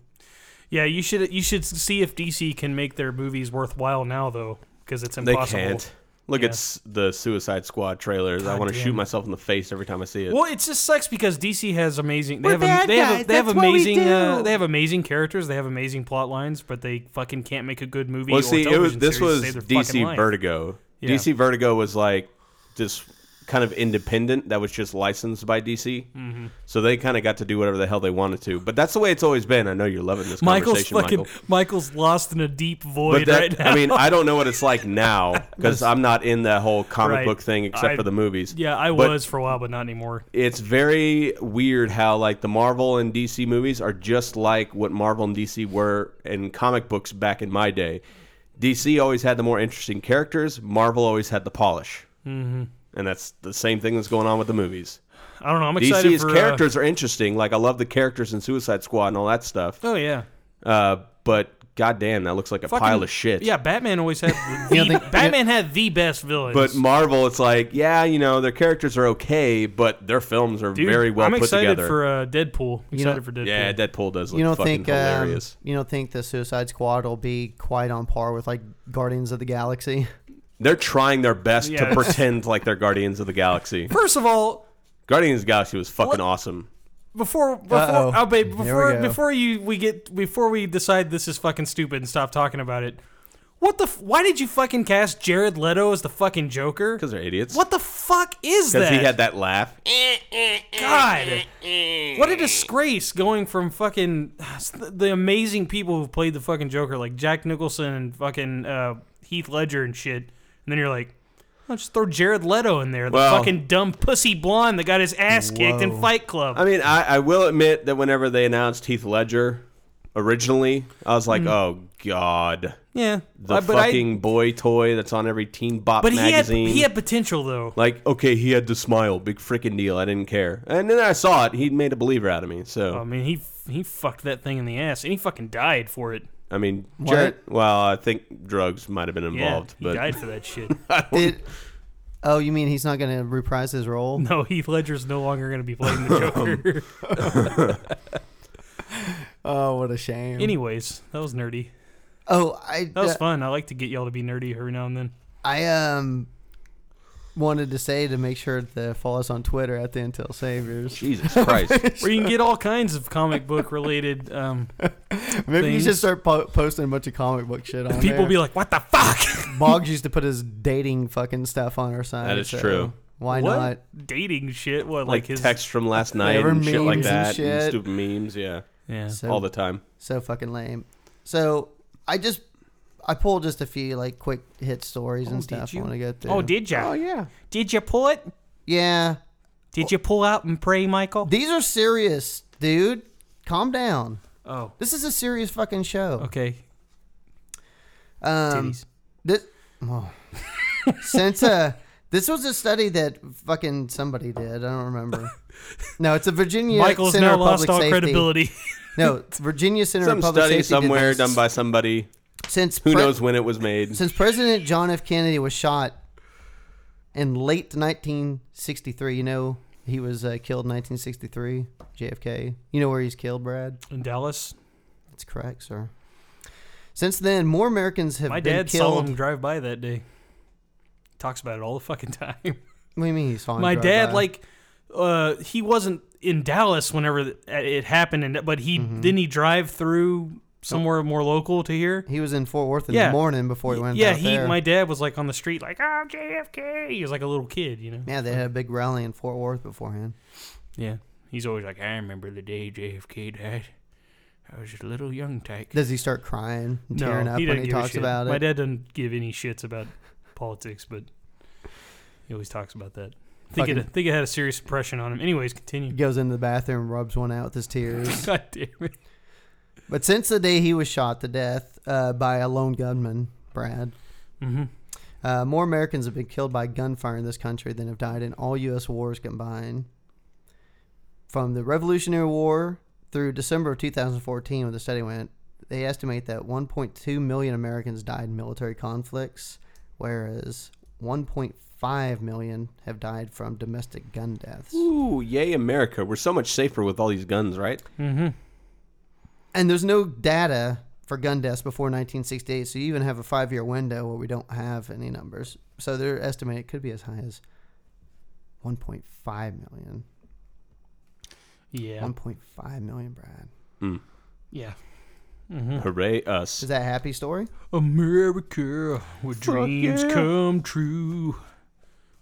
C: Yeah, you should you should see if DC can make their movies worthwhile now though, because it's
A: They
C: impossible.
A: can't. Look
C: Yeah.
A: at s- the Suicide Squad trailers. I
C: God
A: want to
C: damn
A: shoot
C: it.
A: myself in the face every time I see it.
C: Well, it just sucks because DC has amazing. They
D: We're
C: have, am-
D: bad
C: they have
D: guys,
C: they have
D: that's what we
C: amazing uh,
D: do.
C: they have amazing characters. They have amazing plot lines, but they fucking can't make a good movie.
A: Well,
C: or
A: see, it was
C: television
A: this
C: series
A: was
C: to save their fucking
A: DC
C: life.
A: Vertigo.
C: Yeah.
A: DC Vertigo was like this kind of independent that was just licensed by DC. Mm-hmm. So they kind of got to do whatever the hell they wanted to. But that's the way it's always been. I know you're loving this
C: Michael's
A: conversation,
C: fucking
A: Michael.
C: Michael's lost in a deep
A: But
C: void
A: that,
C: right now.
A: I mean, I don't know what it's
C: <laughs>
A: like now because I'm not in that whole comic
C: Right.
A: book thing except
C: I-
A: for the movies.
C: <laughs> yeah, I
A: But
C: was for a while, but not anymore.
A: It's very weird how like the Marvel and DC movies are just like what Marvel and DC were in comic books back in my day. DC always had the more interesting characters. Marvel always had the polish, mm-hmm. and that's the same thing that's going on with the movies.
C: I don't know. I'm excited
A: DC's
C: for uh,
A: characters are interesting. Like I love the characters in Suicide Squad and all that stuff.
C: oh yeah,
A: Uh, but goddamn, that looks like a
C: Fucking-
A: pile of shit.
C: Yeah, Batman
A: <laughs>
C: always had the, Batman had the best villains.
A: But Marvel, it's like, yeah, you know, their characters are okay, but their films are
C: Dude,
A: very well
C: I'm
A: put
C: excited
A: together.
C: for uh, Deadpool. Excited
B: know-
C: for Deadpool.
A: yeah, Deadpool does look
B: you don't
A: fucking
B: think um,
A: hilarious.
B: you don't think the Suicide Squad will be quite on par with like Guardians of
A: <laughs>
B: the Galaxy?
A: They're trying their best
C: Yeah,
A: to
C: it's-
A: pretend like they're Guardians of the Galaxy.
C: First of all,
A: Guardians of the Galaxy was fucking
C: What?
A: awesome.
C: before
B: Uh-oh.
C: before oh, babe,
B: Here we
C: before
B: go.
C: before you we get before we decide this is fucking stupid and stop talking about it. What the? F- why did you fucking cast Jared Leto as the fucking Joker?
A: Because they're idiots.
C: What the fuck is
A: Because
C: that?
A: he had that laugh.
C: God, what a disgrace! Going from fucking <sighs> the amazing people who've played the fucking Joker, like Jack Nicholson and fucking uh, Heath Ledger and shit, and then you're like, oh, just throw Jared Leto in there, the
A: Well-
C: fucking dumb pussy blonde that got his ass kicked in Fight Club.
A: I mean, I, I will admit that whenever they announced Heath Ledger originally, I was like, "Oh God,
C: Yeah,
A: the
C: Mm. Uh, but I-
A: fucking boy toy that's on every Teen Bop
C: but he
A: magazine."
C: had he had potential though.
A: like, okay, he had the smile, big freaking deal. I didn't care, and then I saw it. He made a believer out of me.
C: I
A: So
C: mean, he he fucked that thing in the ass, and he fucking died for it.
A: I mean, Jared, well, I think drugs might have been
C: Yeah,
A: involved,
C: he
E: <laughs>
A: but
C: died for that
A: <laughs>
C: shit.
B: Did, oh, you mean he's not going to reprise his role?
C: no, Heath Ledger's no longer going to be
A: <laughs>
C: playing the Joker.
B: Oh, what a shame.
C: Anyways, that was nerdy.
B: oh, I
C: That was
B: uh,
C: fun. I like to get y'all to be nerdy every now and then.
B: I um wanted to say to make sure to follow us on Twitter at the Intel
C: <laughs>
B: Saviors.
A: Jesus Christ,
C: Where you can get all kinds of comic book related. Um,
B: Maybe you should
C: Things.
B: start po- posting a bunch of comic book shit <laughs> on
C: people
B: there.
C: be like, "What the fuck?"
B: Boggs used to put his dating fucking stuff on our side.
A: That is
B: so
A: true.
B: Why
C: What?
B: not?
C: Dating shit. What like,
A: like
C: his
A: text from last night
B: Whatever
A: and shit like
B: memes and
A: that,
B: shit.
A: and stupid memes, yeah,
C: Yeah.
B: So,
A: all the time.
B: so fucking lame. So I just I pulled just a few like quick hit stories and stuff. I want to go through.
C: Oh, did ya?
B: Oh yeah.
C: Did you pull it?
B: Yeah.
C: Did you pull out and pray, Michael?
B: These are serious, dude. Calm down.
C: oh,
B: This is a serious fucking show.
C: okay.
B: Um,
C: Titties.
B: This,
C: <laughs>
B: oh. Since uh, this was a study that fucking somebody did. I don't remember. No, it's a Virginia
C: Michael's
B: Center
C: now
B: of
C: lost
B: Public
C: all
B: Safety.
C: credibility. <laughs>
B: No, it's Virginia Center
A: Some
B: of Public
A: study
B: Safety did
A: somewhere
B: this.
A: done by somebody
B: since
A: who
B: pre-
A: knows when
E: <laughs>
A: it was made.
B: since President John F. Kennedy was shot in late 1963. You know he was uh, killed in 1963. JFK. You know where he's killed, Brad?
C: In Dallas,
B: That's correct, sir. Since then, more Americans have
C: my
B: been
C: dad saw
B: killed.
C: him drive by that day. Talks about it all the fucking time.
B: <laughs> What do you mean he saw him
C: my
B: drive
C: dad
B: by?
C: like uh he wasn't in dallas whenever th- uh, it happened and but he
B: Mm-hmm.
C: didn't he drive through somewhere more local to here
B: He was in Fort Worth in
C: Yeah.
B: the morning before he went.
C: yeah
B: out
C: he
B: there.
C: my dad was like on the street like oh jfk he was like a little kid you know
B: Yeah, they had a big rally in Fort Worth beforehand.
C: yeah he's always like i remember the day jfk died i was a little young tyke
B: Does he start crying, and tearing up
C: doesn't
B: when he
C: give a
B: talks
C: shit.
B: about
C: my
B: it?
C: dad doesn't give any shits about politics but he always talks about that I think, it, I
B: Fucking-
C: think it had a serious impression on him anyways
B: He
C: continue
B: goes into the bathroom, rubs one out with his tears.
C: <laughs> god damn it
B: but since the day he was shot to death uh, by a lone gunman, Brad,
C: mm-hmm.
B: uh, more Americans have been killed by gunfire in this country than have died in all U.S. wars combined. From the Revolutionary War through December of 2014, when the study went, they estimate that 1.2 million Americans died in military conflicts, whereas 1.5 million have died from domestic gun deaths.
A: Ooh, yay, America! We're so much safer with all these guns, right?
C: Hmm.
B: And there's no data for gun deaths before 1968, so you even have a five year window where we don't have any numbers. So they're estimating it could be as high as 1.5 million.
C: yeah
B: Um, 1.5 million, Brad.
C: yeah
B: Mm-hmm.
A: Hooray us!
B: Is that a happy story?
C: America, where dreams come true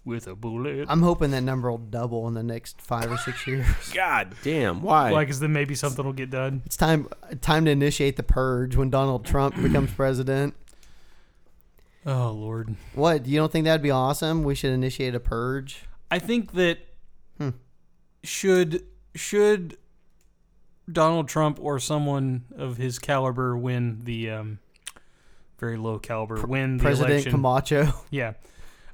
C: with a bullet.
B: I'm hoping that number will double in the next five or six years. <laughs>
A: God damn, why?
C: Like, is then maybe something will get done.
B: It's time time to initiate the purge when Donald Trump
C: <clears throat>
B: becomes president.
C: Oh Lord,
B: What? You don't think that'd be awesome? We should initiate a purge.
C: I think that should should Donald Trump or someone of his caliber win the um, very low caliber win the
B: President
C: election.
B: Camacho. <laughs>
C: Yeah,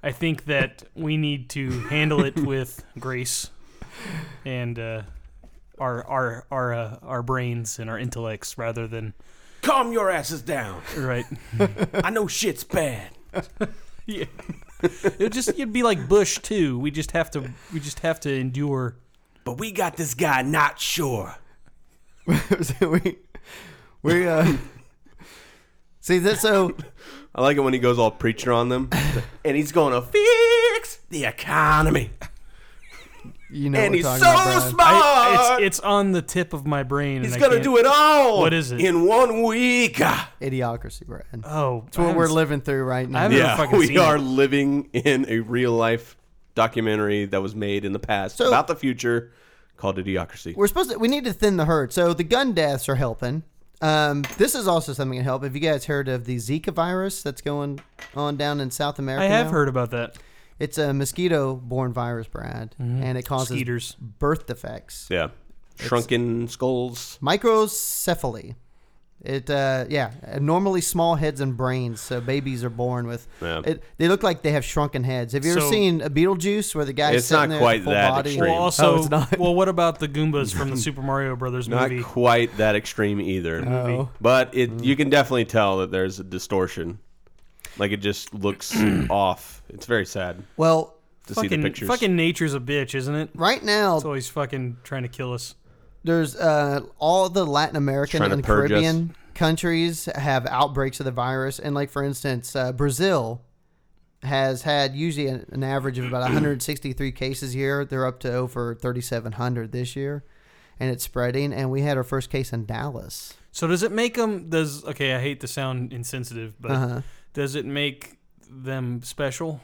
C: I think that we need to handle it with grace and uh, our our our uh, our brains and our intellects rather than
E: Calm your asses down.
C: right.
E: I know shit's bad.
C: Yeah. <laughs> it just it'd be like Bush too. We just have to we just have to endure.
E: But we got this guy not sure.
B: so we we
C: <laughs>
B: uh <laughs> see this so
A: I like it when he goes all preacher on
C: <laughs>
A: them, and he's going to
E: Fix the
C: <laughs>
E: economy.
B: you know
E: and
B: what
E: he's so
B: I'm talking about, Brad.
E: smart.
A: Ah!
C: I, it's, it's on the tip of my brain.
E: he's going to do it all.
C: What is it?
E: In one week. Ah,
B: idiocracy Brad. That's
C: Oh, it's
B: what we're living through right now.
C: haven't-
A: Yeah,
C: fucking
A: we
C: seen
A: are
C: it.
A: living in a real life documentary that was made in the past
B: So-
A: about the future called Idiocracy.
B: We're supposed to we need to thin the herd. So the gun deaths are helping. Um, this is also something to help. Have you guys heard of the Zika virus that's going on down in South America?
C: I have
B: now?
C: heard about that.
B: It's a mosquito-borne virus, Brad,
C: Mm-hmm.
B: and it causes
C: Skeeters.
B: birth defects,
A: Yeah, shrunken skulls.
B: microcephaly. It uh, yeah, normally small heads and brains, so babies are born with.
A: Yeah.
B: It, they look like they have shrunken heads. Have you ever
C: So-
B: seen a Beetlejuice where the guy's
A: It's
B: sitting
A: not
B: there
A: quite
B: full
A: that
B: body?
A: extreme.
C: Well, also,
B: Oh, it's not.
C: <laughs> well, what about the Goombas
A: <laughs>
C: from the Super Mario Brothers
A: Not
C: movie? Mm.
A: quite that extreme either.
B: Oh.
A: But it you can definitely tell that there's a distortion. Like it just
C: <clears throat>
A: looks off. It's very sad
B: Well,
A: to see the
C: fucking,
A: pictures.
C: fucking nature's a bitch, isn't it?
B: right now
C: It's always fucking trying to kill us.
B: there's uh, all the Latin American
A: Trying to
B: and
A: purge us.
B: Caribbean countries have outbreaks of the virus, and like for instance, uh, Brazil has had usually an, an average of
A: <clears throat>
B: about 163 cases a year. They're up to over 3,700 this year, and it's spreading. And we had our first case in Dallas.
C: So does it make them? Does okay? I hate to sound insensitive, but
B: Uh-huh.
C: does it make them special?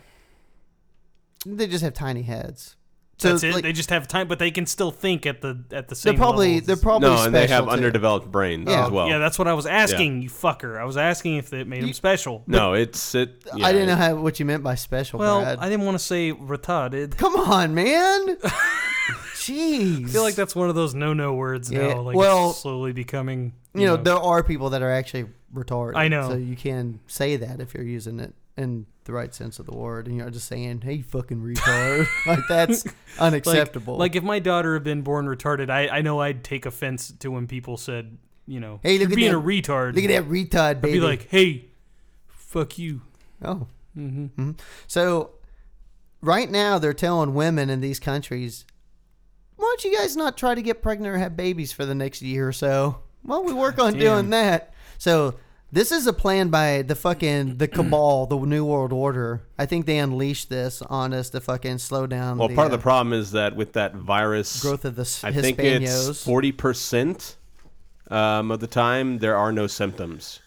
B: They just have tiny heads.
C: That's it.
B: like,
C: they just have time, but they can still think at the at the same.
B: they're probably
C: level.
B: they're probably
A: no, and they
B: special,
A: have
B: too.
A: underdeveloped brains
B: Yeah.
A: as well.
C: Yeah, that's what I was asking you, fucker. I was asking if it made them special.
A: no, it's it. yeah,
B: I didn't know
A: it-
B: how, what you meant by special.
C: Well,
B: Brad.
C: I didn't want to say retarded.
B: come on,
C: <laughs>
B: man. Jeez,
C: I feel like that's one of those no-no words
B: Yeah,
C: now. Like
B: well,
C: it's slowly becoming.
B: you know, there are people that are actually retarded.
C: I know.
B: So you can say that if you're using it in the right sense of the word, and you're just saying, "Hey, you fucking retard!" <laughs> like that's
C: <laughs> like-
B: unacceptable.
C: Like, if my daughter had been born retarded, I, I know I'd take offense to when people said, you know,
B: Hey, look
C: you're
B: at
C: being
B: that-
C: a retard.
B: look at that retard
C: I'd
B: baby.
C: be like, hey, fuck you.
B: oh. Mhm. So right now they're telling women in these countries, "Why don't you guys not try to get pregnant or have babies for the next year or so?" Well, we work on doing that. So this is a plan by the fucking the cabal, the New World Order. I think they unleashed this on us to fucking slow down.
A: Well, part of
B: uh,
A: the problem is that with that virus
B: growth of the s-
A: I think it's
B: Hispanos.
A: forty percent um, of the time there are no symptoms.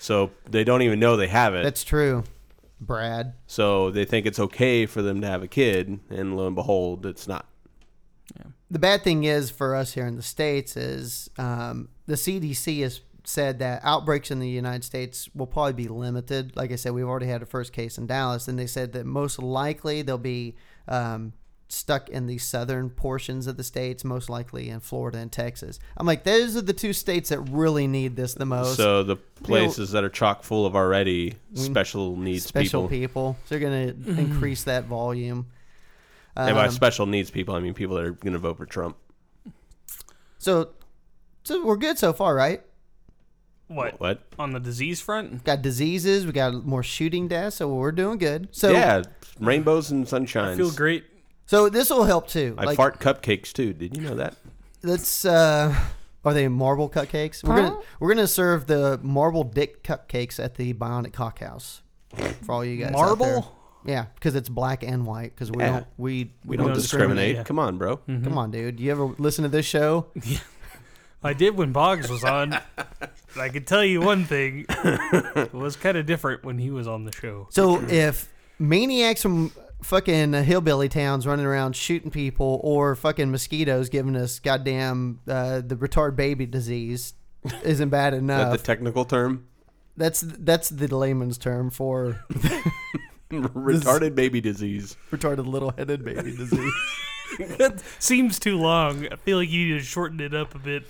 A: So they don't even know they have it.
B: Hmm. That's true, Brad.
A: so they think it's okay for them to have a kid, and lo and behold, it's not.
B: the bad thing is for us here in the states is um, the CDC has said that outbreaks in the United States will probably be limited. Like I said, we've already had a first case in Dallas, and they said that most likely they'll be um, stuck in the southern portions of the states, most likely in Florida and Texas. I'm like, those are the two states that really need this the most.
A: So the places that are chock full of already special needs
B: special
A: people,
B: people, so they're going to increase that volume.
A: and
B: um,
A: by special needs people, I mean people that are going to vote for Trump.
B: So, so we're good so far, right?
C: What?
A: What?
C: On the disease front?
B: got diseases. We got more shooting deaths, so we're doing good. So
A: yeah, rainbows and sunshine.
C: I feel great.
B: so this will help too.
A: I fart cupcakes too. Did you know that?
B: Let's. Uh, are they marble cupcakes? We're gonna we're gonna serve the marble dick cupcakes at the Bionic Cock House for all you guys. out
C: Marble?
B: there. Yeah, because it's black and white. Because we
A: Yeah.
B: don't Mm. we we,
A: We, don't, discriminate. Mm-hmm.
C: discriminate.
A: Come on, bro.
B: Come on, dude. You ever listen to this show?
C: I did when Boggs
A: <laughs>
C: was on. But I can tell you one thing. It was kind of different when he was on the show.
A: <clears throat>
B: So if maniacs from fucking hillbilly towns running around shooting people or fucking mosquitoes giving us goddamn uh, the retard baby disease isn't bad
A: Is <laughs> that
B: enough.
A: the technical term? <laughs>
B: that's that's the layman's term for
A: Retarded baby disease.
B: retarded little headed baby
A: <laughs>
B: disease.
C: That seems too long. I feel like you just shortened it up a bit.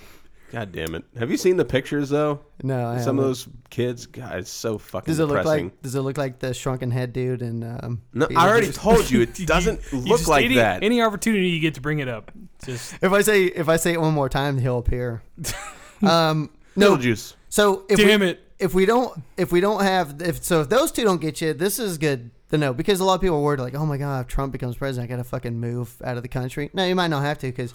A: God damn it! Have you seen the pictures though?
B: No, I
A: Some of
B: haven't.
A: those kids, God, it's so fucking
B: Does it look
A: depressing.
B: like does it look like the shrunken head dude and um
A: no, I already
B: Beetlejuice?
A: told you
B: <laughs>
A: it doesn't
C: You
A: look
C: just-
A: like
C: any,
A: that.
C: Any opportunity you get to bring it up, just
B: if I say if I say it one more time
A: <laughs>
B: he'll appear. um no
A: Beetlejuice.
B: so if
C: damn
B: we,
C: it.
B: if we don't if we don't have if so if those two don't get you this is good to know because a lot of people are worried like oh my god if trump becomes president i gotta fucking move out of the country no you might not have to because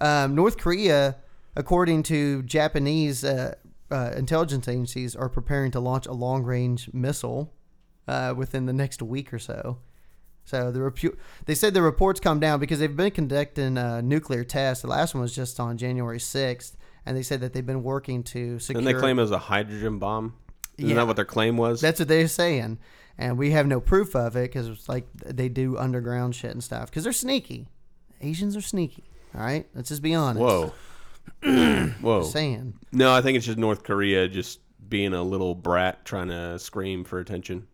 B: um, north korea according to japanese uh, uh, intelligence agencies are preparing to launch a long range missile uh, within the next week or so so the repu- they said the reports come down because they've been conducting uh, nuclear tests. The last one was just on January sixth, and they said that they've been working to secure.
A: Then they claim it was a hydrogen bomb. Isn't
B: Yeah.
A: that what their claim was?
B: That's what they're saying, and we have no proof of it because it's like they do underground shit and stuff because they're sneaky. Asians are sneaky. All right, let's just be honest.
A: Whoa. <clears throat> Whoa.
B: saying
A: No, I think it's just North Korea just being a little brat trying to scream for attention.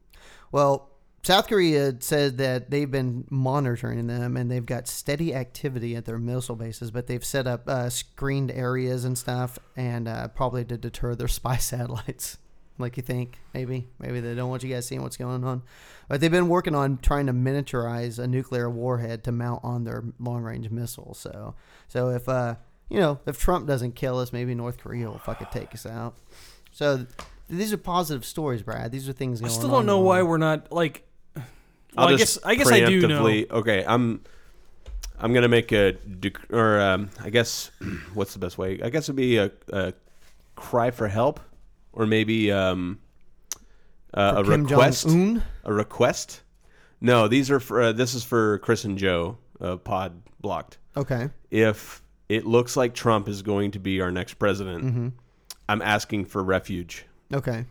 B: well. South Korea said that they've been monitoring them and they've got steady activity at their missile bases, but they've set up uh, screened areas and stuff, and uh, probably to deter their <laughs> spy satellites. Like you think, maybe, maybe they don't want you guys seeing what's going on, but they've been working on trying to miniaturize a nuclear warhead to mount on their long-range missile. So, so if uh, you know, if Trump doesn't kill us, maybe North Korea will fucking take us out. So, th- these are positive stories, Brad. These are things
C: I
B: going on.
C: still don't know
B: in the
C: why
B: world.
C: we're not like.
A: I'll
C: Well, I guess
A: just
C: I guess I do know.
A: preemptively- Okay, I'm I'm gonna make a dec- or um, I guess <clears throat> what's the best way? I guess it'd be a, a cry for help, or maybe um, uh, a
B: For Kim
A: request.
B: Jong-un?
A: A request? No, these are for uh, this is for Chris and Joe uh, Pod Blocked.
B: Okay.
A: If it looks like Trump is going to be our next president,
B: Mm-hmm.
A: I'm asking for refuge.
B: Okay.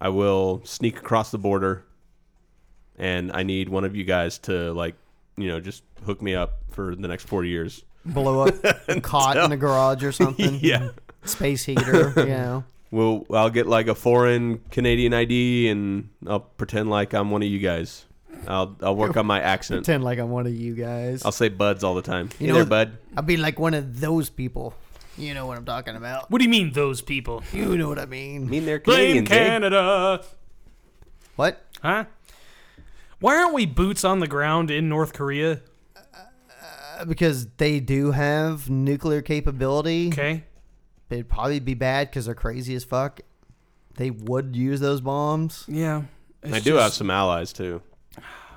A: I will sneak across the border, and I need one of you guys to like, you know, just hook me up for the next four years. <laughs>
B: Blow up caught in a garage or something.
A: Yeah, <laughs>
B: Space heater, you know.
A: we'll I'll get like a foreign Canadian ID, and I'll pretend like I'm one of you guys. I'll I'll work on my accent.
B: Pretend like I'm one of you guys.
A: I'll say buds all the time. You
B: You know-
A: there, bud.
B: I'll be like one of those people. You know what I'm talking about.
C: What do you mean those people?
B: You know what I mean.
A: Mean they're
C: <laughs> Blame
A: Canadians. eh?
C: Canada,
B: What?
C: huh? Why aren't we boots on the ground in North Korea?
B: Uh, Because they do have nuclear capability.
C: Okay,
B: It'd probably be bad because they're crazy as fuck. They would use those bombs.
C: yeah.
A: I do have some allies too.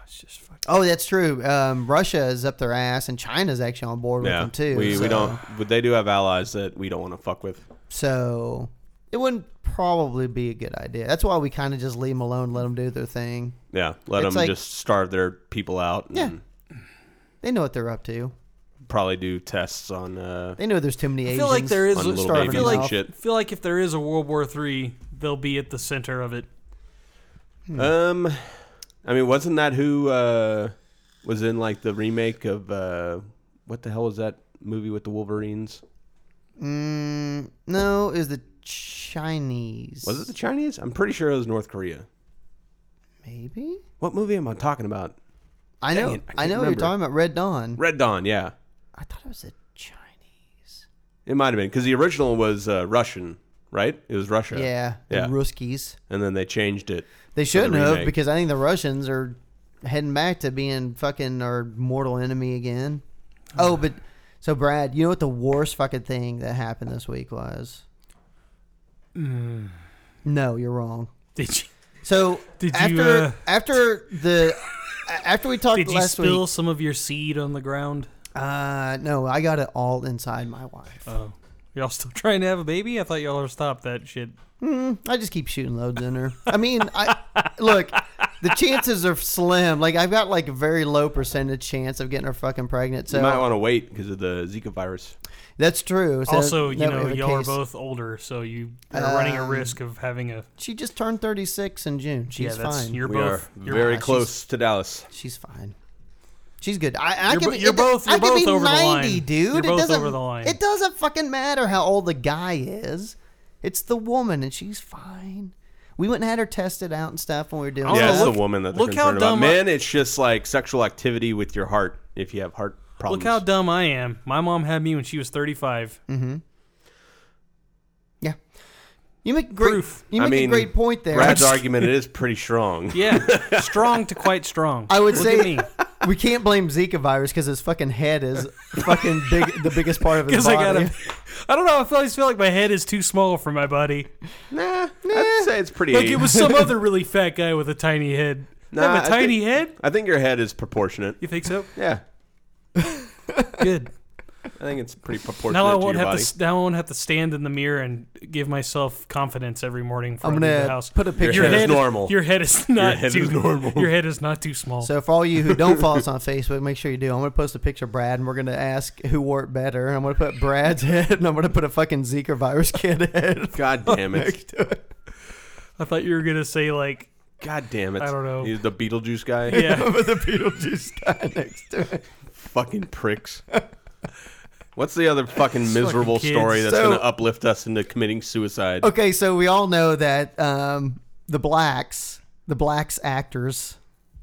C: It's just fucking.
B: Oh, that's true. Um, Russia is up their ass, and China's actually on board
A: Yeah,
B: with them too.
A: we
B: so.
A: we don't. But they do have allies that we don't want to fuck with.
B: So it wouldn't probably be a good idea. That's why we kind of just leave them alone, let them do their thing.
A: Yeah, let
B: It's
A: them
B: like-
A: just starve their people out. And
B: Yeah. They know what they're up to.
A: probably do tests on. Uh,
B: They know there's too many
C: I
B: Asians.
C: feel like there is.
A: on little
B: starving
C: I
A: babies
C: feel
B: to
C: like
A: and
B: death.
A: shit.
C: feel like if there is a World War III, they'll be at the center of it. <laughs>
B: Hmm.
A: Um, I mean, wasn't that who uh, was in like the remake of uh, what the hell was that movie with the Wolverines?
B: Mm, no, is the Chinese?
A: Was it the Chinese? I'm pretty sure it was North Korea.
B: maybe?
A: What movie am I talking about?
B: I
A: Dang
B: know.
A: it, I
B: I,
A: can't
B: know what you're
A: remember.
B: talking about. Red Dawn.
A: Red Dawn. Yeah,
B: I thought it was the Chinese.
A: it might have been because the original was uh, Russian, right? It was Russia.
B: Yeah, the
A: Yeah.
B: Ruskies.
A: And then they changed it.
B: They shouldn't have
A: remake.
B: because I think the Russians are heading back to being fucking our mortal enemy again. Oh, but so Brad, you know what the worst fucking thing that happened this week was?
C: Mm.
B: No, you're wrong.
C: Did you
B: So
C: Did you,
B: after
C: uh,
B: after the a- after we talked
C: did you
B: last
C: spill
B: week,
C: some of your seed on the ground?
B: uh, no, I got it all inside my wife.
C: Oh, y'all still <laughs> trying to have a baby? I thought y'all were stopped that shit.
B: I just keep shooting loads in her. I mean, I look, the chances are slim. Like I've got like a very low percentage chance of getting her fucking pregnant. So
A: you might want to wait because of the Zika virus.
B: That's true. So
C: also, you
B: that
C: know,
B: was the
C: y'all are
B: case.
C: both older, so you are running a
B: Um,
C: risk of having a.
B: She just turned 36 in June. She's
C: yeah, that's
B: fine.
C: you're
A: we
C: both
A: are
C: you're
A: very
B: she's-
A: close to Dallas.
B: She's fine. She's good. I, I
C: You're
B: could
C: bo-
B: be,
C: you're
B: it-
C: both-
B: I
C: you're
B: could be
C: both over the
B: 90,
C: line.
B: dude.
C: You're
B: it
C: both
B: doesn't,
C: over the line.
B: It doesn't fucking matter how old the guy is. It's the woman, and she's fine. We went and had her tested out and stuff when we were doing.
C: Yeah,
A: Yeah,
C: Oh,
A: it's
B: stuff.
C: look-
A: the woman that they're
C: look how
A: concerned about.
C: dumb I-
A: Men, it's just like sexual activity with your heart if you have heart problems.
C: Look how dumb I am. My mom had me when she
A: <laughs>
C: was 35.
B: yeah. You make great.
C: Proof.
B: You make
A: I mean,
B: a great point there. <laughs>
A: Brad's argument it is pretty strong.
C: Yeah, strong to quite strong.
B: I would
C: Look
B: say-
C: at me
B: we can't blame Zika virus because his fucking
A: <laughs>
B: head is fucking big, the biggest part of his
C: <laughs> because I
B: body.
C: got a. I don't know. I feel- always feel like my head is too small for my body.
A: Nah, I'd say it's pretty.
C: Like it
A: <laughs>
C: was some other really fat guy with a tiny head. I
A: Nah,
C: have
A: I
C: a tiny
A: think-
C: head.
A: I think your head is proportionate.
C: You think
A: <laughs>
C: so?
A: Yeah,
C: Good.
A: I think it's pretty proportionate
C: Now I
A: to your
C: won't have
A: body.
C: to. Now I won't have to stand in the mirror and give myself confidence every morning. Before
B: I'm
C: I leave
B: gonna
C: the house.
B: put a picture.
A: head is normal.
C: Your head is not
A: head
C: too
A: is normal.
C: <laughs> Your head is not too
B: <laughs>
C: small.
B: So for all you who don't follow us on Facebook, make sure you do. I'm gonna post a picture of Brad, and we're gonna ask who wore it better. And I'm gonna put Brad's head, and I'm gonna put a fucking Zika virus kid <laughs> head.
A: God damn
C: <laughs>
A: it!
C: I thought you were gonna say like,
A: God damn it!
C: I don't know.
A: He's the Beetlejuice guy.
C: yeah,
B: <laughs> With the Beetlejuice <laughs> guy next to it.
A: Fucking pricks. What's the other fucking miserable
C: kids.
A: story that's
B: So-
A: going to uplift us into committing suicide?
B: Okay, so we all know that um, the blacks the blacks actors,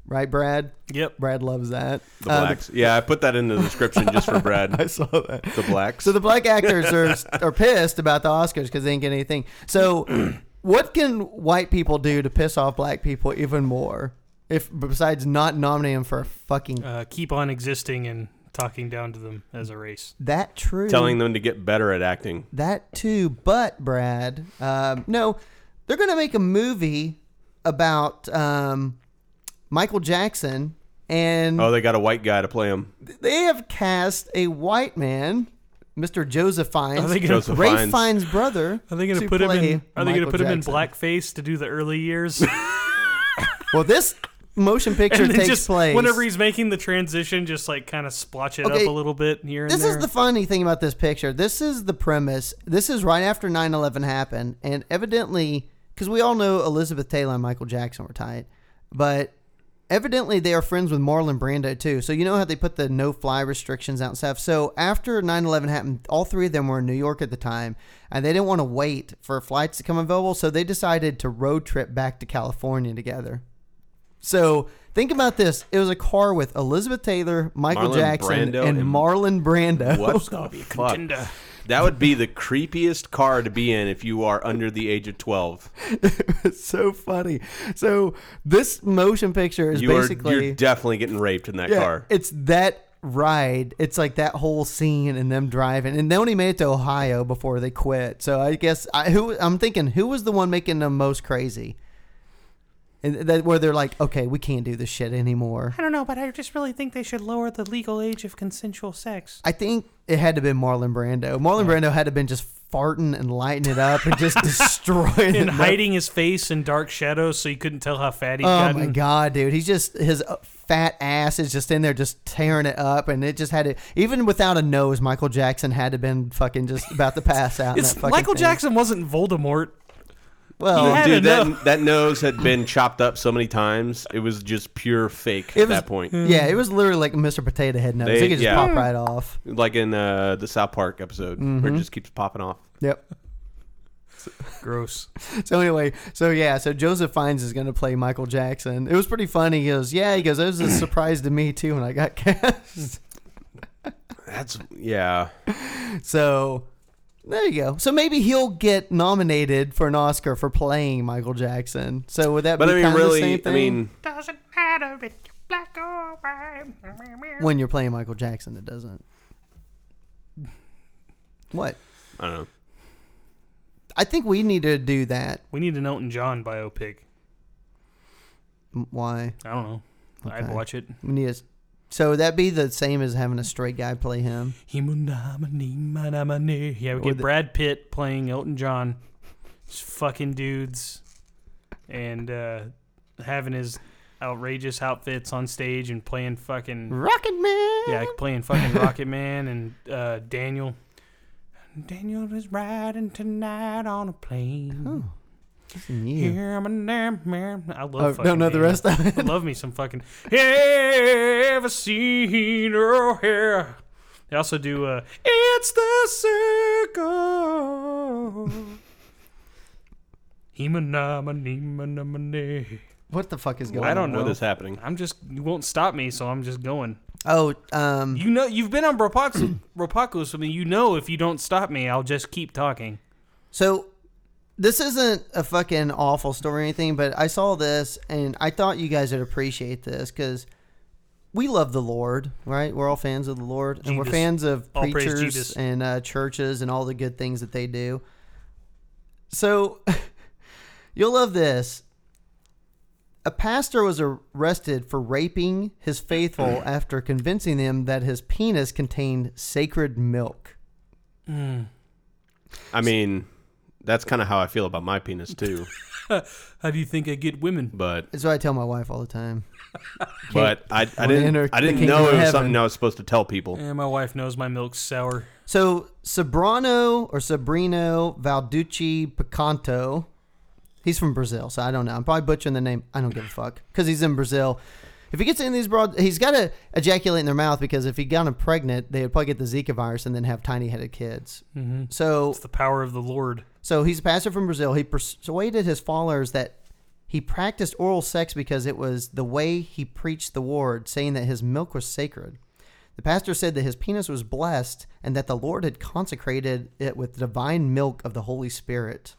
B: right, Brad?
C: Yep.
B: Brad loves that. <laughs>
A: The
B: Uh,
A: blacks. yeah, I put that in the description just for Brad.
B: <laughs> I saw that.
A: The blacks.
B: So the black actors
C: <laughs>
B: are are pissed about the Oscars because they didn't get anything. So <clears throat> what can white people do to piss off black people even more? If besides not nominating them for a fucking
C: Uh, keep on existing and talking down to them as a race.
B: that true
A: telling them to get better at acting.
B: that too, but Brad, um, no, they're gonna make a movie about um, Michael Jackson, and
A: Oh, they got a white guy to play him.
B: they have cast a white man, Mr. Joseph Fiennes.
C: Are they gonna,
A: Joseph
B: Ray
A: Fiennes.
B: Fiennes. brother.
C: are they gonna
B: to
C: put him
B: play
C: in? Are they gonna
B: Michael
C: put him in
B: Jackson.
C: blackface to do the early years?
B: Well, this motion picture
C: <laughs> and then
B: takes
C: just
B: place.
C: whenever he's making the transition, just like kind of splotch it
B: Okay,
C: up a little bit here and
B: this
C: there.
B: is the funny thing about this picture. This is the premise. This is right after 9/11 happened, and evidently, because we all know Elizabeth Taylor and Michael Jackson were tight, but evidently they are friends with Marlon Brando too. So you know how they put the no-fly restrictions out and stuff. So after 9/11 happened, all three of them were in New York at the time, and they didn't want to wait for flights to come available, so they decided to road trip back to California together. So think about this. It was a car with Elizabeth Taylor, Michael
A: Marlon
B: Jackson,
A: Brando
B: and
A: and-
B: Marlon Brando. <laughs>
A: What the fuck?
C: And, uh,
A: That would be the creepiest car to be in if you are under the age of twelve.
B: It's so funny. So this motion picture is
A: You are
B: basically
A: you're definitely getting raped in that
B: yeah,
A: car.
B: It's that ride. It's like that whole scene and them driving, and they only made it to Ohio before they quit. So I guess I who I'm thinking who was the one making them most crazy. And that where they're like, okay, we can't do this shit anymore.
C: I don't know, but I just really think they should lower the legal age of consensual sex.
B: I think it had to be Marlon Brando. Marlon Brando had to been just farting and lighting it up and just <laughs> destroying
C: <laughs>
B: <laughs>
C: And
B: it.
C: hiding his face in dark shadows so you couldn't tell how fat he
B: Oh
C: got.
B: my god, dude! He's just his uh, fat ass is just in there, just tearing it up, and it just had to even without a nose. Michael Jackson had to been fucking just about to pass out. in
C: It's
B: that fucking
C: Michael
B: thing.
C: Jackson wasn't Voldemort.
B: Well,
C: he had
A: Oh, Dude,
C: enough.
A: that, that nose had been chopped up so many times. It was just pure fake
B: It
A: at
B: was-
A: that point.
C: Mm.
B: yeah, it was literally like Mr. Potato Head nose.
A: They-
B: it could just
A: yeah.
B: pop right off.
A: Like in uh, the South Park episode
B: Mm-hmm.
A: where it just keeps popping off.
B: Yep. <laughs>
C: Gross.
B: So anyway, so yeah, so Joseph Fiennes is going to play Michael Jackson. It was pretty funny. He goes, "Yeah," he goes, "It was a surprise to me too when I got <laughs> cast."
A: That's yeah.
B: so there you go. So maybe he'll get nominated for an Oscar for playing Michael Jackson. So would that
A: But
B: be
A: I mean,
B: kind of the same
A: really, I
B: thing?
A: mean,
F: Doesn't matter if you're black or white.
B: when you're playing Michael Jackson, it doesn't. What?
A: I don't know.
B: I think we need to do that.
C: We need an Elton John biopic.
B: M- Why?
C: I don't know. I'd
B: Okay.
C: watch it.
B: We need to. So would that be the same as having a straight guy play him.
C: He mu- na- ma- nee- ma- na- ma- nee. Yeah, we
B: Or
C: get
B: the-
C: Brad Pitt playing Elton John, just fucking dudes, and uh, having his outrageous outfits on stage and playing fucking
B: Rocket Man.
C: yeah, playing
B: <laughs>
C: fucking Rocket Man and uh, Daniel. Daniel is riding tonight on a plane.
B: Oh, Yeah.
C: Here I'm a nam- nam- I love.
B: Oh,
C: fucking
B: don't know the
C: Daniel.
B: rest of
C: I
B: it.
C: love me some fucking. Ever seen her hair? oh, They also do. Uh, it's the circle. Hemanominee.
B: What the fuck is going on?
C: I don't know.
A: What is happening?
C: I'm just. You won't stop me, so I'm just going.
B: Oh, um,
C: You know, you've been on Ropax- Ropaco's with me. You know, if you don't stop me, I'll just keep talking.
B: so this isn't a fucking awful story or anything, but I saw this and I thought you guys would appreciate this because we love the Lord, right? We're all fans of the Lord, and we're
C: Jesus.
B: fans of
C: All praise
B: preachers
C: Jesus.
B: and uh, churches and all the good things that they do. So <laughs> you'll love this. A pastor was arrested for raping his
C: <clears throat>
B: faithful after convincing them that his penis contained sacred milk.
A: I mean, that's kind of how I feel about my penis too.
C: How do you think I get women?
A: But
B: That's what I tell my wife all the time.
A: but I, I
B: Wanna enter
A: didn't I
B: the
A: didn't
B: kingdom
A: know
B: of
A: it was
B: heaven.
A: something I was supposed to tell people.
C: Yeah, Eh, my wife knows my milk's sour.
B: So Sobrano or Sobrino Valducci Picanto, he's from Brazil, so I don't know. I'm probably butchering the name. I don't give a fuck because he's in Brazil. If he gets in these broad, he's got to ejaculate in their mouth because if he got them pregnant, they would probably get the Zika virus and then have tiny-headed kids. Mm-hmm. So
C: It's the power of the Lord.
B: so he's a pastor from Brazil. He persuaded his followers that He practiced oral sex because it was the way he preached the word, saying that his milk was sacred. The pastor said that his penis was blessed and that the Lord had consecrated it with divine milk of the Holy Spirit.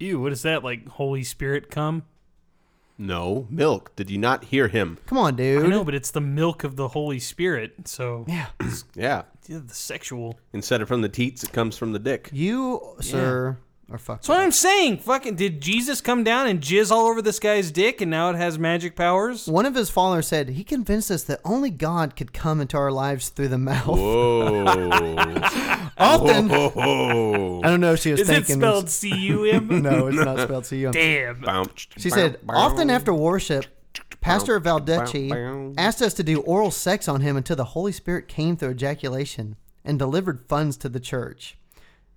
C: Ew, what is that? Like Holy Spirit come?
A: No, milk. Did you not hear him?
B: Come on, dude. <clears throat>
C: I know, but it's the milk of the Holy Spirit. So yeah,
A: Yeah.
C: the sexual.
A: Instead of from the teats, it comes from the dick.
B: You, sir, are fucked.
C: That's what I'm saying. Fucking did Jesus come down and jizz all over this guy's dick, and now it has magic powers?
B: One of his followers said he convinced us that only God could come into our lives through the
A: <laughs>
B: mouth.
A: Whoa.
B: <laughs> Often,
A: Whoa.
B: I don't know if she was
C: Is it
B: thinking.
C: spelled C U <laughs>
B: <laughs>
C: M?
B: no, it's not spelled C U M.
C: Damn.
A: Bounced.
B: She said, often after worship, Pastor Valdeci asked us to do oral sex on him until the Holy Spirit came through ejaculation and delivered funds to the church.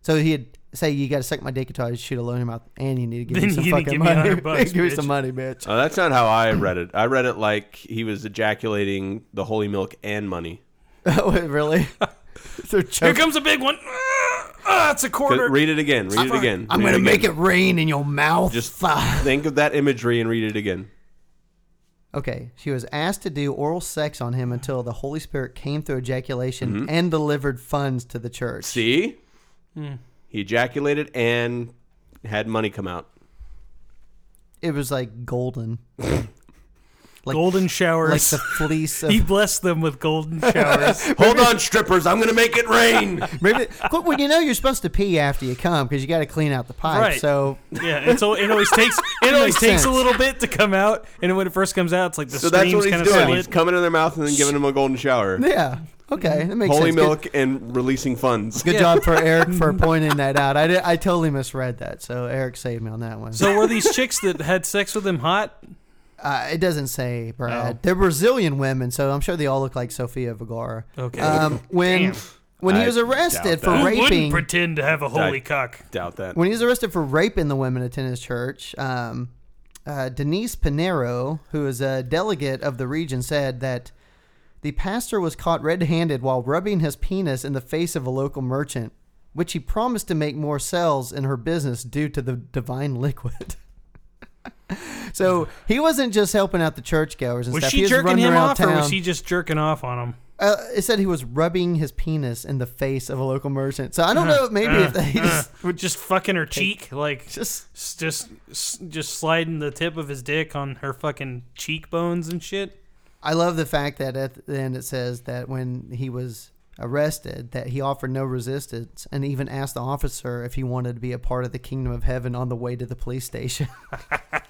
B: So he'd say, "You got to suck my dick until I shoot a load in your mouth, and you need to give
C: Then
B: me some
C: you need to
B: fucking
C: give me
B: money.
C: 100 bucks,
B: <laughs> give me
C: bitch."
B: some money, bitch."
A: Oh, that's not how I read it. I read it like he was ejaculating the holy milk and money.
B: Oh, wait,
C: <laughs>
B: really? They're
C: Here
B: choking.
C: comes a big one. Ah, it's a
A: Could-
C: quarter.
A: Read it again. Read it again.
B: I'm
A: Read
B: gonna make
A: again.
B: it rain in your mouth.
A: Just
B: Fuck.
A: think of that imagery and read it again.
B: Okay, she was asked to do oral sex on him until the Holy Spirit came through ejaculation and delivered funds to the church.
A: Mm-hmm. See? He ejaculated and had money come out.
B: It was like golden, like
C: golden
B: like
C: showers.
B: the fleece
C: <laughs> he
B: of.
C: blessed them with <laughs> golden showers.
A: <laughs> Hold on, strippers. I'm going to make it rain.
B: Maybe, quick, when you know you're supposed to pee after you come because you got to clean out the pipe.
C: Right.
B: So
C: yeah, and so it always takes it always
B: Makes
C: takes a
B: sense.
C: little bit to come out, and when it first comes out, it's like the
A: so that's
C: streams
A: what
C: kind
A: he's
C: of
A: doing.
C: split.
A: He's coming in their mouth and then giving them a golden shower.
B: yeah, okay, that makes
A: Holy
B: sense. Good-
A: milk and releasing funds.
B: Good, job for Eric
C: <laughs>
B: for pointing that out. I, did, I totally misread that, so Eric saved me on that one.
C: So were these chicks that had sex with him hot?
B: uh, it doesn't say Brad.
C: Oh.
B: They're Brazilian women, so I'm sure they all look like Sofia Vergara.
C: Okay.
B: Um, when
C: Damn.
B: when he
A: I
B: was arrested
A: doubt
B: for
A: that.
C: Who wouldn't
B: raping,
C: pretend to have a holy
A: I-
C: cock?
A: Doubt that.
B: when he was arrested for raping the women attending his church, um, uh, Denise Pinero, who is a delegate of the region, said that the pastor was caught red-handed while rubbing his penis in the face of a local merchant, which he promised to make more sales in her business due to the divine liquid. <laughs> so he wasn't just helping out the churchgoers and
C: Was
B: stuff.
C: she
B: he
C: jerking
B: running
C: him
B: around
C: off, or was
B: town.
C: she just jerking off on him?
B: Uh, it said he was rubbing his penis in the face of a local merchant. So I
C: Uh-huh.
B: don't know. Uh, Maybe if <laughs> they just,
C: Uh, Just fucking her cheek, like
B: just
C: s- just s- just sliding the tip of his dick on her fucking cheekbones and shit.
B: I love the fact that at the end it says that when he was arrested, that he offered no resistance and even asked the officer if he wanted to be a part of the kingdom of heaven on the way to the police station. <laughs>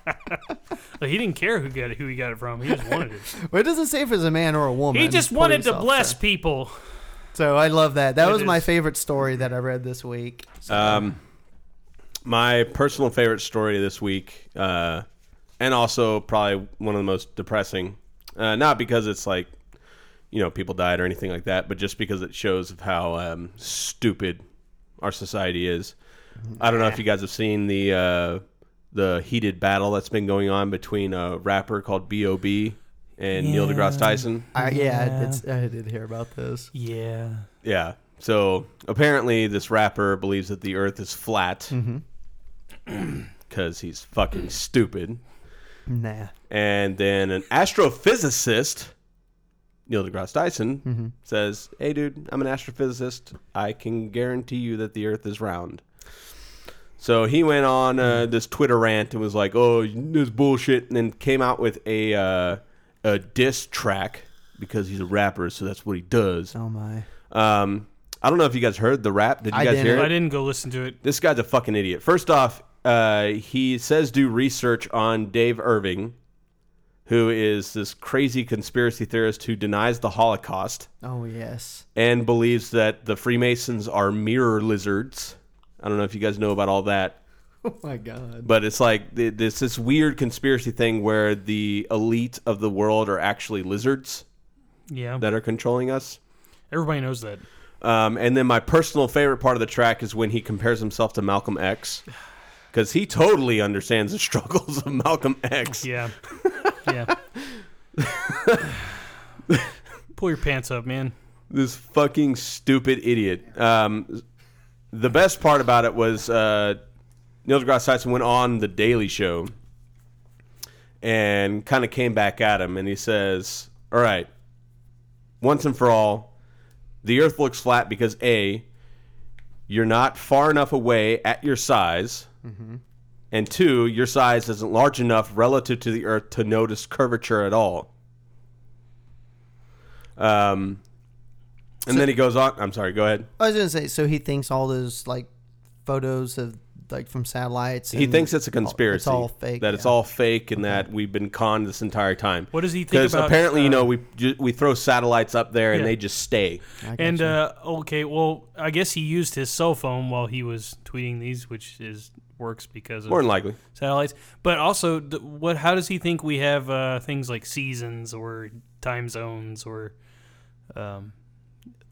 C: Like, he didn't care who got it, who he got it from. He just
B: <laughs>
C: wanted it.
B: well, it doesn't say if it was a man or a woman.
C: he just wanted
B: police
C: to
B: officer.
C: bless people.
B: So I love that. That
C: It
B: was my
C: is. Uh,
B: favorite story that I read this week.
A: Um, my personal favorite story this week, uh, and also probably one of the most depressing, uh, not because it's like, you know, people died or anything like that, but just because it shows of how um, stupid our society is. I don't know if you guys have seen the uh, the heated battle that's been going on between a rapper called B.O.B. and Neil
C: Yeah.
A: deGrasse Tyson.
B: I, yeah,
C: Yeah.
B: It's, I did hear about this.
C: Yeah.
A: Yeah. So apparently, this rapper believes that the Earth is flat <clears throat> because he's fucking stupid.
B: Nah.
A: And then an astrophysicist, Neil deGrasse Tyson, says, "Hey, dude, I'm an astrophysicist. I can guarantee you that the Earth is round." So he went on uh, this Twitter rant and was like, "Oh, this bullshit," and then came out with a uh, a diss track because he's a rapper, so that's what he does.
B: Oh my.
A: Um, I don't know if you guys heard the rap. Did you
B: I
A: guys
B: didn't.
A: hear
C: I
A: it?
C: didn't go listen to it.
A: This guy's a fucking idiot. First off, uh, he says do research on Dave Irving, who is this crazy conspiracy theorist who denies the Holocaust
B: Oh yes.
A: and believes that the Freemasons are mirror lizards. I don't know if you guys know about all that.
B: Oh my god.
A: But it's like th- this this weird conspiracy thing where the elite of the world are actually lizards
C: Yeah.
A: that are controlling us.
C: Everybody knows that.
A: Um, and then my personal favorite part of the track is when he compares himself to Malcolm X, because he totally understands the <laughs> struggles of Malcolm X.
B: <laughs>
C: Yeah. Yeah. Pull your pants up, man.
A: This fucking stupid idiot. Um, the best part about it was uh, Neil deGrasse Tyson went on the Daily Show and kind of came back at him. And he says, All right, once and for all, the earth looks flat because A, you're not far enough away at your size. And two, your size isn't large enough relative to the earth to notice curvature at all. Um, and then he goes on. I'm sorry, go ahead.
B: I was gonna say, so he thinks all those like photos of like from satellites.
A: he
B: and
A: thinks it's a conspiracy.
B: It's all fake.
A: That it's
B: yeah.
A: all fake, and that we've been conned this entire time.
C: What does he think
A: Because
C: about,
A: apparently, you
C: uh,
A: know, we ju- we throw satellites up there and
C: Yeah.
A: they just stay.
C: And uh, okay, well, I guess he used his cell phone while he was tweeting these, which is works because of
A: More than likely,
C: satellites. But also, th- what? How does he think we have uh, things like seasons or time zones or um,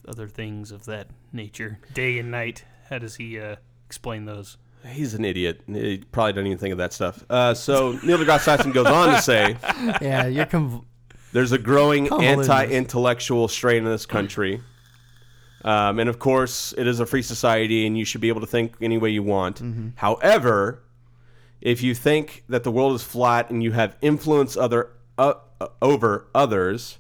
C: other things of that nature, day and night? How does he uh, explain those?
A: he's an idiot. He probably doesn't even think of that stuff. Uh, so Neil deGrasse Tyson goes on to say.
B: yeah, you're conv-
A: There's a growing
B: Convoluted.
A: anti-intellectual strain in this country, um, and of course, it is a free society, and you should be able to think any way you want.
B: Mm-hmm.
A: However, if you think that the world is flat and you have influence other uh, uh, over others,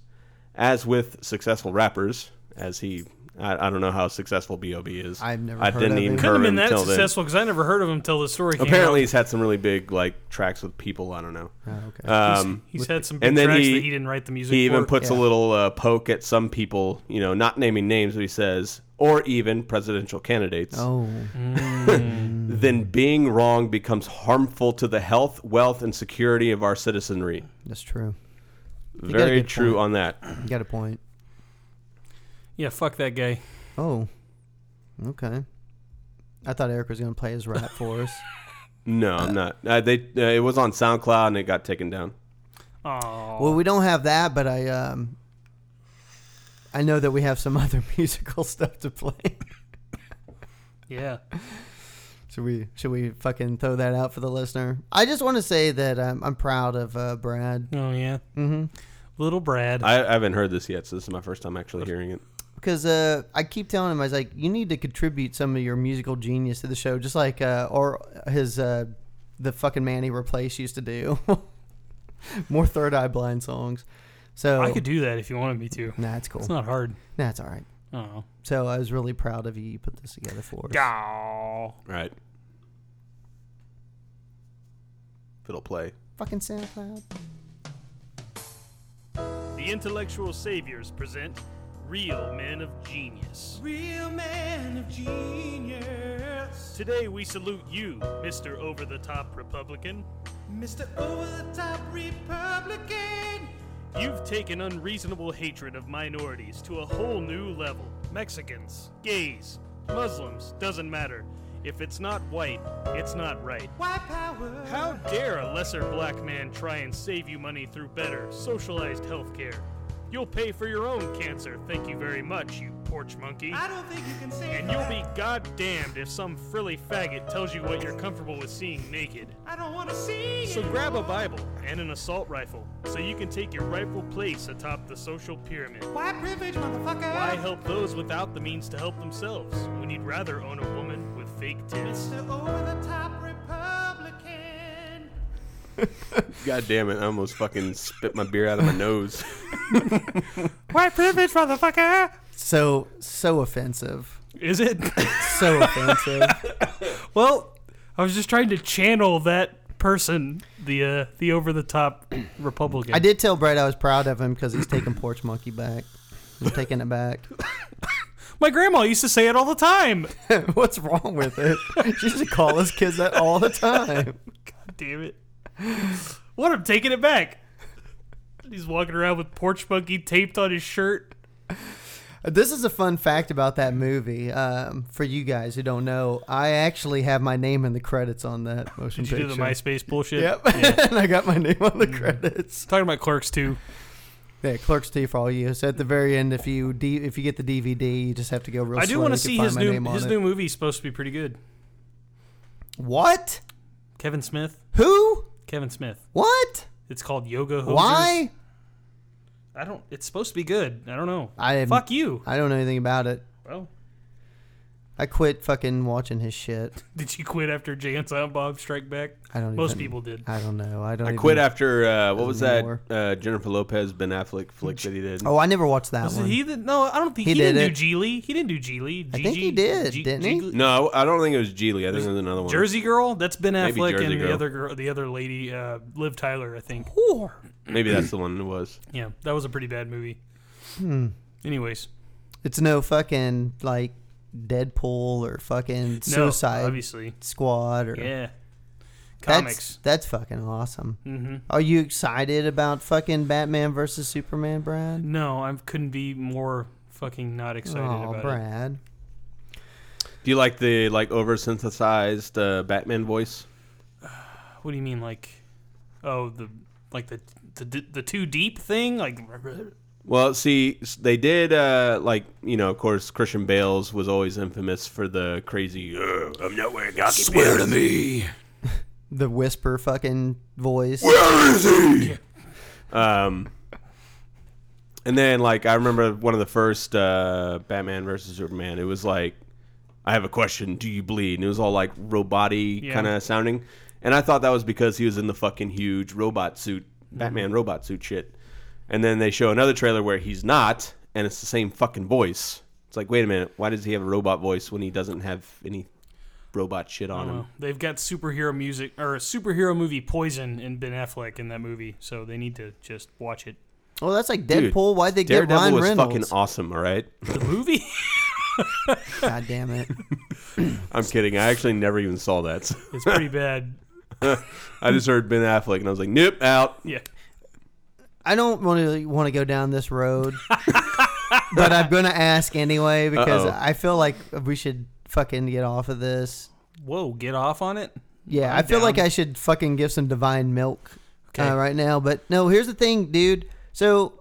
A: as with successful rappers, as he, I, I don't know how successful Bob is.
B: I've never
A: I
B: heard
A: didn't
B: of
A: even
B: him.
C: Couldn't
A: heard
C: have been
A: him
C: that
A: till then.
C: successful because I never heard of him until the story.
A: Apparently,
C: came
A: he's had some really big like tracks with people. I don't know.
B: oh, okay.
A: Um,
C: out. he's had some big
A: and then
C: tracks
A: he-
C: that he didn't write the music.
A: He
C: for.
A: even puts a
B: yeah.
A: little uh, poke at some people, you know, not naming names, but he says, or even presidential candidates.
B: oh,
C: Mm.
A: Then being wrong becomes harmful to the health, wealth, and security of our citizenry.
B: that's true. got a
A: Very
B: good
A: true
B: point.
A: on that.
B: You got a point.
C: <laughs> yeah, fuck that guy.
B: Oh, okay. I thought Eric was gonna play his rap for us.
A: No, I'm not. Uh, they uh, it was on SoundCloud and it got taken down.
C: Oh,
B: Well, we don't have that, but I um, I know that we have some <laughs> other musical stuff to play. <laughs>
C: yeah.
B: Should we should we fucking throw that out for the listener? I just want to say that um, I'm proud of uh, Brad
C: Oh yeah. Mm-hmm. Little Brad.
A: I, I haven't heard this yet, so this is my first time actually hearing it.
B: because uh, I keep telling him I was like, you need to contribute some of your musical genius to the show, just like uh, or his uh, the fucking man he replaced used to do <laughs> more third eye blind songs. So
C: I could do that if you wanted me to.
B: Nah, it's cool.
C: It's not hard.
B: nah, it's all right.
C: Oh.
B: So I was really proud of you. You put this together for us.
C: Gow.
A: Right. Fiddle <laughs> play.
B: Fucking SoundCloud.
C: The Intellectual Saviors present Real Men of Genius.
G: Real man of genius,
C: Today we salute you, Mr. Over the Top Republican.
G: Mr. Over the Top Republican.
C: You've taken unreasonable hatred of minorities to a whole new level. Mexicans, gays, Muslims, doesn't matter. If it's not white, it's not right.
G: White power.
C: How dare a lesser black man try and save you money through better, socialized healthcare? You'll pay for your own cancer, thank you very much, you porch monkey.
G: I don't think you can say
C: And
G: that.
C: you'll be goddamned if some frilly faggot tells you what you're comfortable with seeing naked.
G: I don't want to see
C: So
G: it.
C: grab a Bible and an assault rifle so you can take your rightful place atop the social pyramid.
G: White privilege, motherfucker.
C: Why help those without the means to help themselves when you'd rather own a woman with fake tits?
G: Mr. Over the Top Republican.
A: God damn it! I almost fucking spit my beer out of my nose.
F: White privilege, motherfucker!
B: So so offensive.
C: Is it?
B: So offensive.
C: <laughs> well, I was just trying to channel that person, the uh, the over the top Republican.
B: I did tell Brad I was proud of him because he's taking Porch Monkey back. He's taking it back. <laughs>
C: My grandma used to say it all the time.
B: What's wrong with it? <laughs> She used to call us kids that all the time.
C: Damn it. What? I'm taking it back. He's walking around with porch monkey taped on his shirt.
B: This is a fun fact about that movie. Um, for you guys who don't know, I actually have my name in the credits on that motion
C: Did you do the
B: picture.
C: MySpace bullshit?
B: Yep, <laughs> and I got my name on
C: Mm.
B: the credits.
C: Talking about clerks too.
B: Yeah, Clerks T for all you. So at the very end, if you D- if you get the DVD, you just have to go real.
C: I do
B: want to
C: see his new his new movie is supposed to be pretty good.
B: What?
C: Kevin Smith.
B: Who?
C: Kevin Smith.
B: What?
C: It's called Yoga Hosers.
B: Why?
C: I don't. It's supposed to be good. I don't know.
B: I am-
C: Fuck you.
B: I don't know anything about it.
C: Well,
B: I quit fucking watching his shit.
C: Did you quit after Jay and Silent Bob Strike Back?
B: I don't.
C: Most
B: even-
C: people did.
B: I don't know. I don't.
A: I
B: even-
A: quit after uh, what was that
B: Anymore.
A: uh, Jennifer Lopez Ben Affleck flick that he did?
B: Oh, I never watched that
C: Was it
B: one.
C: he that? No, I don't think
B: He
C: he,
B: did
C: did not
B: it.
C: do Geely. He didn't do Geely.
B: I think he did, didn't he?
A: no, I don't think it was Geely. I think it was another one.
C: Jersey Girl. That's Ben
A: Maybe
C: Affleck
A: Jersey
C: and
A: Girl.
C: the other girl, the other lady, uh, Liv Tyler. I think.
A: Maybe that's the one it was.
C: Yeah, that was a pretty bad movie.
B: Hmm.
C: Anyways,
B: It's no fucking like Deadpool or fucking
C: no,
B: Suicide
C: obviously.
B: Squad or
C: Yeah.
B: That's-
C: Comics.
B: That's fucking awesome.
C: hmm
B: Are you excited about fucking Batman versus Superman, Brad?
C: No, I couldn't be more fucking not excited
B: Oh,
C: about it.
B: Brad.
A: Do you like the like oversynthesized uh, Batman voice?
C: What do you mean, like, oh, the like the the d- the too deep thing? Like,
A: Well, see, s- they did uh, like you know, of course, Christian Bale's was always infamous for the crazy. "Ugh, I'm not wearing hockey Swear to me.
B: The whisper fucking voice.
A: Um, and then like I remember one of the first uh, Batman versus Superman. It was like, I have a question. Do you bleed? And it was all like roboty
C: Yeah.
A: kind of sounding. And I thought that was because he was in the fucking huge robot suit, Batman
C: Mm-hmm.
A: robot suit shit. And then they show another trailer where he's not, and it's the same fucking voice. It's like, wait a minute, why does he have a robot voice when he doesn't have any robot shit on him?
C: Oh, well, they've got superhero music or superhero movie Poison and Ben Affleck in that movie, so they need to just watch it.
B: Well, Oh, that's like
A: Dude,
B: Deadpool. Why'd they get
A: Daredevil
B: Ryan
A: was
B: Reynolds?
A: fucking awesome, all right?
C: The movie? <laughs>
B: God damn it.
A: I'm kidding. I actually never even saw that. <laughs> so.
C: it's pretty bad.
A: I just heard Ben Affleck, and I was like, "Nope, out."
C: Yeah.
B: I don't really want to go down this
C: <laughs>
B: road, but I'm going to ask anyway because
A: Uh-oh.
B: I feel like we should fucking get off of this.
C: Whoa, get off on it.
B: Yeah, i
C: I'm
B: feel like
C: down.
B: I should fucking give some divine milk
C: Okay.
B: uh, right now. But no, here's the thing, dude. So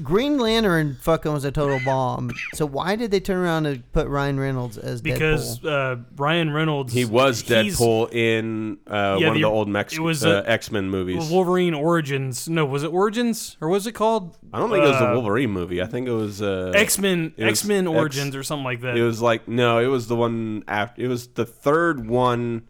B: Green Lantern fucking was a total bomb. So why did they turn around and put Ryan Reynolds as
C: Because
B: Deadpool?
C: uh, Ryan Reynolds
A: He was
C: he's-
A: Deadpool in uh,
C: Yeah,
A: one of
C: the-
A: the old Mex-
C: it was
A: uh,
C: a-
A: X Men movies.
C: Wolverine Origins. No, was it Origins or was it called?
A: I don't think it was the
C: uh,
A: Wolverine movie. I think it was uh,
C: X Men
A: it was
C: X Men
A: X-
C: Origins or something like that.
A: It was like no, it was the one after. It was the third one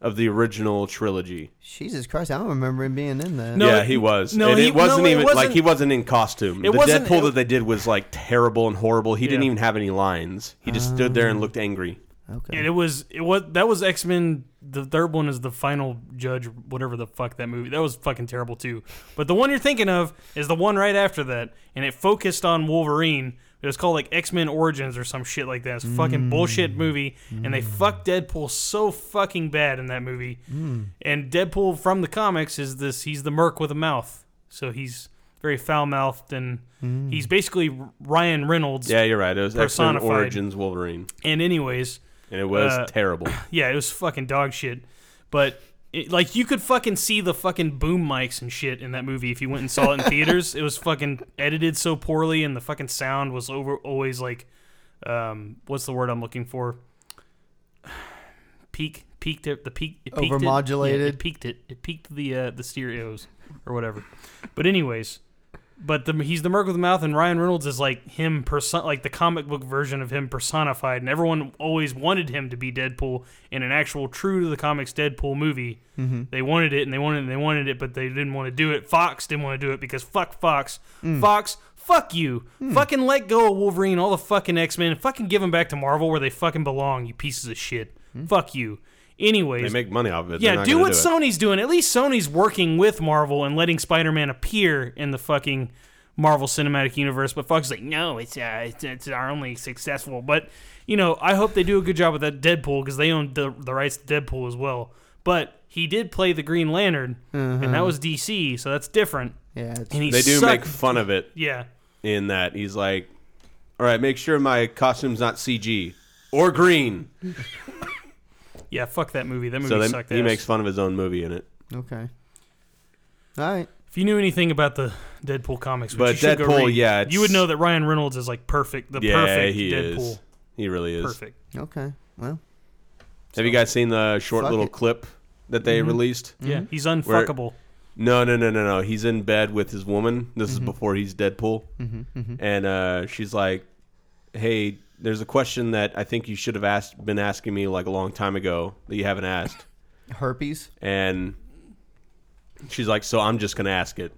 A: of the original trilogy.
B: Jesus Christ, I don't remember him being in that.
C: No,
A: yeah,
C: it-
A: he was.
C: no,
A: and
C: he-
A: it wasn't
C: no, it
A: even like
C: wasn't-
A: he wasn't in costume.
C: It
A: the
C: wasn't-
A: Deadpool
C: it-
A: that they did was like terrible and horrible. He didn't
C: Yeah.
A: even have any lines. He just stood there and looked angry.
B: Okay.
C: And it was it was that was X Men. The third one is the final judge, whatever the fuck that movie. That was fucking terrible too. But the one you're thinking of is the one right after that, and it focused on Wolverine. It was called like X Men Origins or some shit like that. It's a fucking bullshit movie, and they fucked Deadpool so fucking bad in that movie. And Deadpool from the comics is this: he's the Merc with a mouth, so he's very foul mouthed, and he's basically Ryan Reynolds.
A: Yeah, you're right. It was X Men
C: Personified.
A: Origins Wolverine,
C: And anyways,
A: and it was
C: Uh, <laughs>
A: terrible.
C: yeah, it was fucking dog shit. But it, like you could fucking see the fucking boom mics and shit in that movie if you went and saw it in theaters. It was fucking edited so poorly, and the fucking sound was over always like, um, what's the word I'm looking for? <sighs> Peak, peaked it. The peak, it peaked It, yeah,
B: Overmodulated.
C: it peaked it. It peaked the uh, the stereos or whatever. But anyways. But the, he's the Merc with the Mouth, and Ryan Reynolds is like him, person, like the comic book version of him personified, and everyone always wanted him to be Deadpool in an actual true to the comics Deadpool movie. They wanted it, and they wanted, it, and they wanted it, but they didn't want to do it. Fox didn't want to do it because fuck Fox, Fox, fuck you, fucking let go of Wolverine, all the fucking X Men, fucking give them back to Marvel where they fucking belong, you pieces of shit, fuck you.
A: They
C: Anyways,
A: make money off of it. They're
C: yeah,
A: not
C: do
A: gonna
C: what
A: do it.
C: Sony's doing. At least Sony's working with Marvel and letting Spider-Man appear in the fucking Marvel Cinematic Universe. But Fox is like, no, it's uh, it's, it's our only successful. But you know, I hope they do a good job with that Deadpool because they own the, the rights to Deadpool as well. But he did play the Green Lantern, and that was DC, so that's different.
B: yeah, it's,
C: And he
A: Mm-hmm. They do make
C: sucked-
A: fun of it.
C: yeah.
A: in that he's like, "All right, make sure my costume's not CG or green."
C: Yeah, fuck that movie. That movie
A: So
C: sucked.
A: they, he
C: ass.
A: makes fun of his own movie in it.
B: okay. All right.
C: If you knew anything about the Deadpool comics, which
A: But
C: you should go
A: Deadpool,
C: read,
A: yeah,
C: you would
A: it's-
C: know that Ryan Reynolds is like perfect, the
A: yeah,
C: perfect
A: he
C: Deadpool,
A: is. He really is.
C: perfect.
B: Okay. Well,
A: Have you guys seen the short
B: Fuck
A: little
B: it. Mm-hmm.
A: clip that they released?
C: Yeah, he's unfuckable.
A: No, no, no, no, no. He's in bed with
B: Mm-hmm.
A: his woman. This is before he's Deadpool, and uh, she's like, "Hey, there's a question that I think you should have asked, been asking me like a long time ago that you haven't asked,
B: Herpes.
A: and she's like, "So I'm just gonna ask it.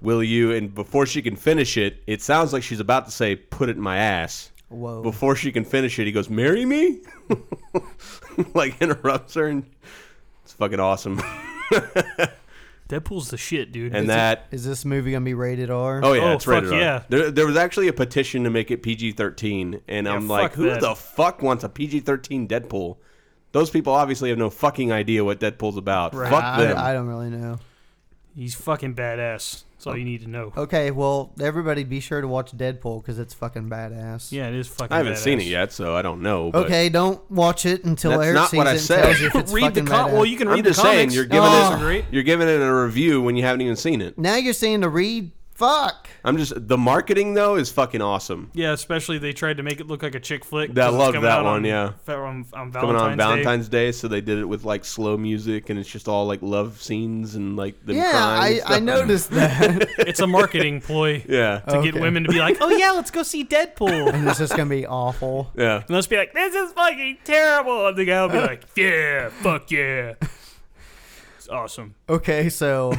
A: Will you?" And before she can finish it, it sounds like she's about to say, "Put it in my ass."
B: Whoa.
A: Before she can finish it, he goes, "Marry me," <laughs> like interrupts her, and it's fucking awesome. <laughs>
C: Deadpool's the shit, dude.
A: And that
B: Is this movie gonna be rated R?
A: Oh yeah,
C: Oh,
A: it's
C: fuck
A: rated R.
C: yeah.
A: There, there was actually a petition to make it PG thirteen, and I'm
C: fuck
A: like, who
C: that.
A: the fuck wants a PG thirteen Deadpool? Those people obviously have no fucking idea what Deadpool's about. Fuck them.
B: I, I don't really know.
C: He's fucking badass. That's all you need to know.
B: Okay, well, everybody, be sure to watch Deadpool because it's fucking badass.
C: Yeah, it is fucking.
A: I haven't seen
C: badass.
A: it yet, so I don't know. But
B: Okay, don't watch it until
A: That's
B: Eric
A: not
B: sees
A: what
B: it
A: I
B: and
A: said.
B: tells you
A: <laughs>
B: if it's
C: read the
B: fucking
C: com-
B: badass.
C: well, you can
A: I'm
C: read the
A: just saying
C: comics. Oh,
A: you're giving
C: Those are
A: it
C: great.
A: you're giving it a review when you haven't even seen it.
B: now you're saying to read. Fuck.
A: I'm just the marketing though is fucking awesome.
C: Yeah, especially they tried to make it look like a chick flick.
A: That- I
C: 'cause it's
A: loved
C: coming
A: that
C: out
A: one,
C: On,
A: yeah.
C: Fe- on, on Valentine's
A: Coming on
C: Day.
A: Valentine's Day. so they did it with like slow music, and it's just all like love scenes and like them
B: yeah,
A: crying. and
B: I, I
A: stuff.
B: noticed that.
C: It's a marketing ploy
A: <laughs> Yeah,
C: to get
B: Okay.
C: women to be like, "Oh <laughs> yeah, let's go see Deadpool." and
B: <laughs> and it's just gonna be awful.
A: yeah.
C: let's be like, "This is fucking terrible," and the guy will be
A: <laughs>
C: like, "Yeah, fuck yeah." It's awesome.
B: Okay, so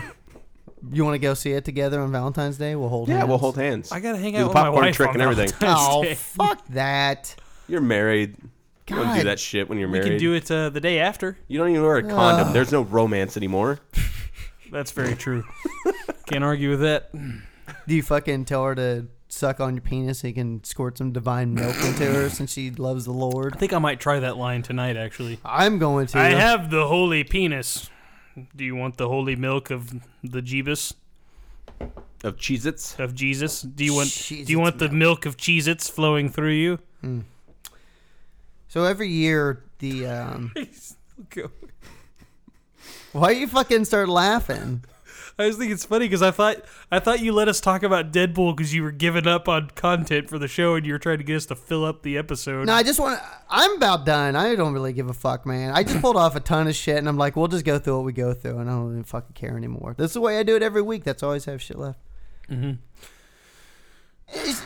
B: you want to go see it together on Valentine's Day? We'll hold.
A: Yeah,
B: hands.
A: we'll hold hands.
C: I gotta hang
A: Do the
C: out with my
A: popcorn
C: wife
A: trick
C: on
A: and everything.
C: <laughs>
A: <laughs>
C: Valentine's
B: Oh,
C: Day. <laughs>
B: fuck that.
A: You're married. You don't do
B: God.
A: that shit when you're
C: We
A: married.
C: can do it uh, the day after.
A: You don't even wear a condom. There's no romance anymore.
C: That's
A: <laughs>
C: very true. Can't argue with that.
B: Do you fucking tell her to suck on your penis so you can squirt some divine milk
A: <laughs>
B: into her since she loves the
C: I
B: Lord?
C: think I might try that line tonight. Actually,
B: I'm going to.
C: I have the holy penis. Do you want the holy milk of the Jeebus?
A: Of Cheez Its.
C: of Jesus? Do you want do
B: Cheez-Its
C: you want the milk of Cheez-Its flowing through you?
B: So every year the um. Why you fucking start laughing?
C: I just think it's funny because I thought I thought you let us talk about Deadpool because you were giving up on content for the show and you were trying to get us to fill up the episode.
B: No, I just want. to I'm about done. I don't really give a fuck, man. I just pulled off a ton of shit, and I'm like, we'll just go through what we go through, and I don't even fucking care anymore. That's the way I do it every week. That's always have shit left. Mm-hmm.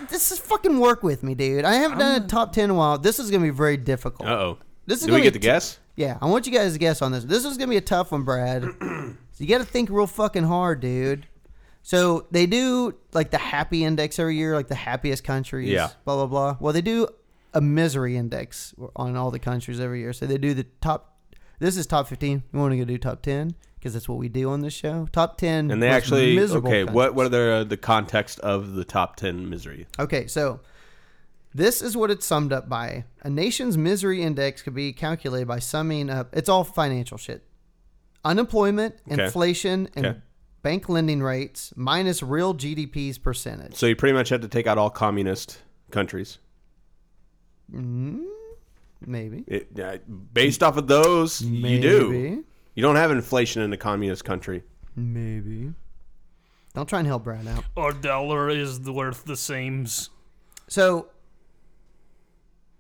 B: this is fucking work with me, dude. I haven't done a top ten in a while. This is gonna be very difficult.
A: Uh oh.
B: This is
A: Do we
B: gonna be
A: get to
B: t-
A: guess?
B: Yeah, I want you guys to guess on this. This is gonna be a tough one, Brad. <clears throat> so you got to think real fucking hard, dude. So they do like the happy index every year, like the happiest countries.
A: Yeah.
B: Blah blah blah. Well, they do a misery index on all the countries every year. So they do the top. This is top fifteen. We want to go do top ten because that's what we do on this show. Top ten.
A: And they
B: most
A: actually
B: miserable
A: okay. What
B: countries.
A: what are the the context of the top ten misery?
B: Okay, so this is what it's summed up by. A nation's misery index could be calculated by summing up. It's all financial shit. Unemployment,
A: Okay.
B: inflation, and
A: Okay.
B: bank lending rates minus real GDP's percentage.
A: So you pretty much have to take out all communist countries.
B: Maybe.
A: It, uh, based off of those, you do.
B: Maybe.
A: You don't have inflation in a communist country.
B: Maybe. Don't try and help Brad out.
C: Our dollar is worth the same's.
B: So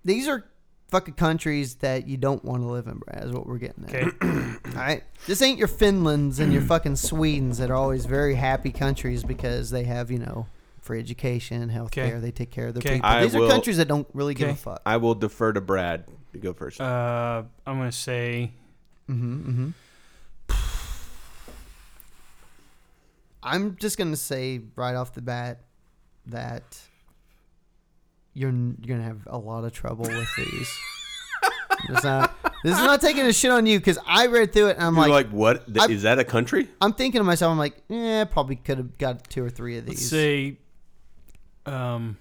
B: these are fucking countries that you don't want to live in, Brad, is what we're getting at.
C: Okay. <coughs>
B: All right. This ain't your Finlands and
C: <clears throat>
B: your fucking Swedens that are always very happy countries because they have, you know, free education, health care,
C: Okay.
B: they take care of their
C: Okay.
B: people.
A: I
B: These
A: will-
B: are countries that don't really give a
C: Okay.
B: fuck.
A: I will defer to Brad to go first.
C: Uh, I'm gonna say
B: I'm just going to say right off the bat that you're, n- you're going to have a lot of trouble with
A: <laughs>
B: these. It's not, this is not taking a shit on you because I read through it and I'm
A: You're
B: like,
A: like, what? Th-
B: I've-
A: is that a country?
B: I'm thinking to myself, I'm like, eh, probably could have got two or three of
C: let's
B: these.
C: say um.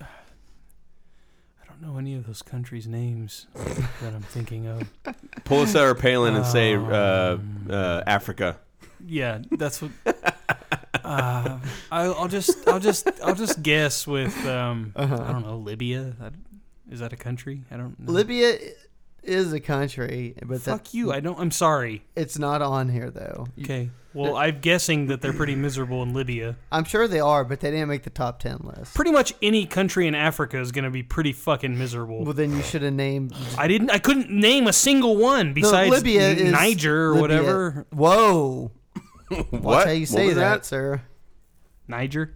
C: I don't know any of those countries' names that I'm thinking of.
A: Pull a Sarah Palin and say uh, uh, Africa.
C: Yeah, that's what. Uh, I, I'll just, I'll just, I'll just guess with, um,
B: Uh-huh.
C: I don't know, Libya. I- Is that a country? I don't. know.
B: Libya i- is a country, but that,
C: Fuck you! I don't. I'm sorry.
B: it's not on here though.
C: Okay. Well, I'm guessing that they're pretty miserable in Libya.
B: I'm sure they are, but they didn't make the top ten list.
C: Pretty much any country in Africa is going to be pretty fucking miserable.
B: Well, then you should have named
C: I didn't. I couldn't name a single one
B: No,
C: besides
B: Libya
C: N-
B: is
C: Niger or
B: Libya.
C: whatever.
B: Whoa,
A: What?
B: how you
A: What
B: say
A: was
B: that, sir?
C: Niger.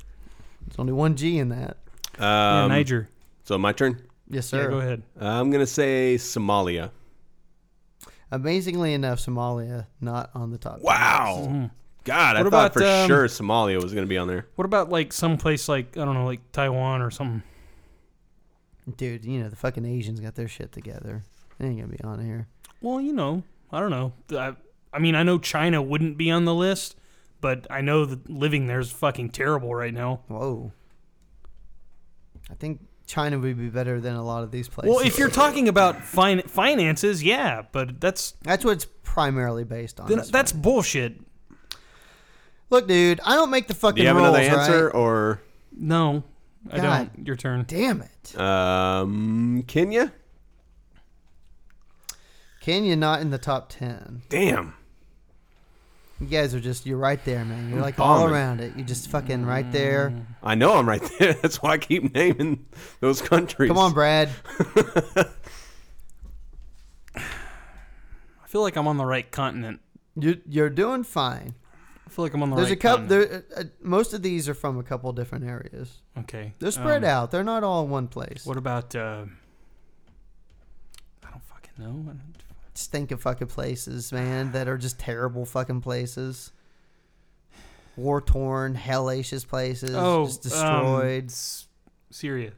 B: There's only one G in that.
C: Yeah,
A: Um,
C: Niger.
A: So my turn.
B: Yes, sir.
C: Yeah, go ahead.
A: I'm gonna say Somalia.
B: Amazingly enough, Somalia not on the top.
A: Wow. God, I
C: What
A: thought
C: about,
A: for
C: um,
A: sure Somalia was gonna be on there.
C: What about like someplace like I don't know, like Taiwan or something?
B: dude. You know the fucking Asians got their shit together. They ain't gonna be on here.
C: Well, you know, I don't know. I, I mean, I know China wouldn't be on the list, but I know that living there is fucking terrible right now.
B: Whoa. I think China would be better than a lot of these places.
C: Well, if you're talking about fin- finances, yeah, but that's
B: that's what it's primarily based on.
C: then,
B: is-
C: that's bullshit.
B: Look, dude, I don't make the fucking
A: Do you have
B: rules,
A: another answer or
C: No, I
B: God.
C: don't. Your turn.
B: Right? Damn it.
A: um, Kenya?
B: Kenya not in the top 10.
A: Damn.
B: You guys are just, you're right there, man. You're like all
A: Bombing.
B: around it. You're just fucking right there.
C: Mm.
A: I know I'm right there. <laughs> That's why I keep naming those countries.
B: Come on, Brad.
C: I feel like I'm on the right continent.
B: You're, you're doing fine.
C: I feel like I'm on the
B: There's
C: right.
B: a couple,
C: continent.
B: there, uh, uh, most of these are from a couple different areas.
C: okay.
B: They're spread
C: um,
B: out, they're not all in one place.
C: What about? Uh, I don't fucking know. I don't-
B: Just think of fucking places, man, that are just terrible fucking places. War torn, hellacious places,
C: Oh,
B: just
C: um,
B: destroyed.
C: S- Syria.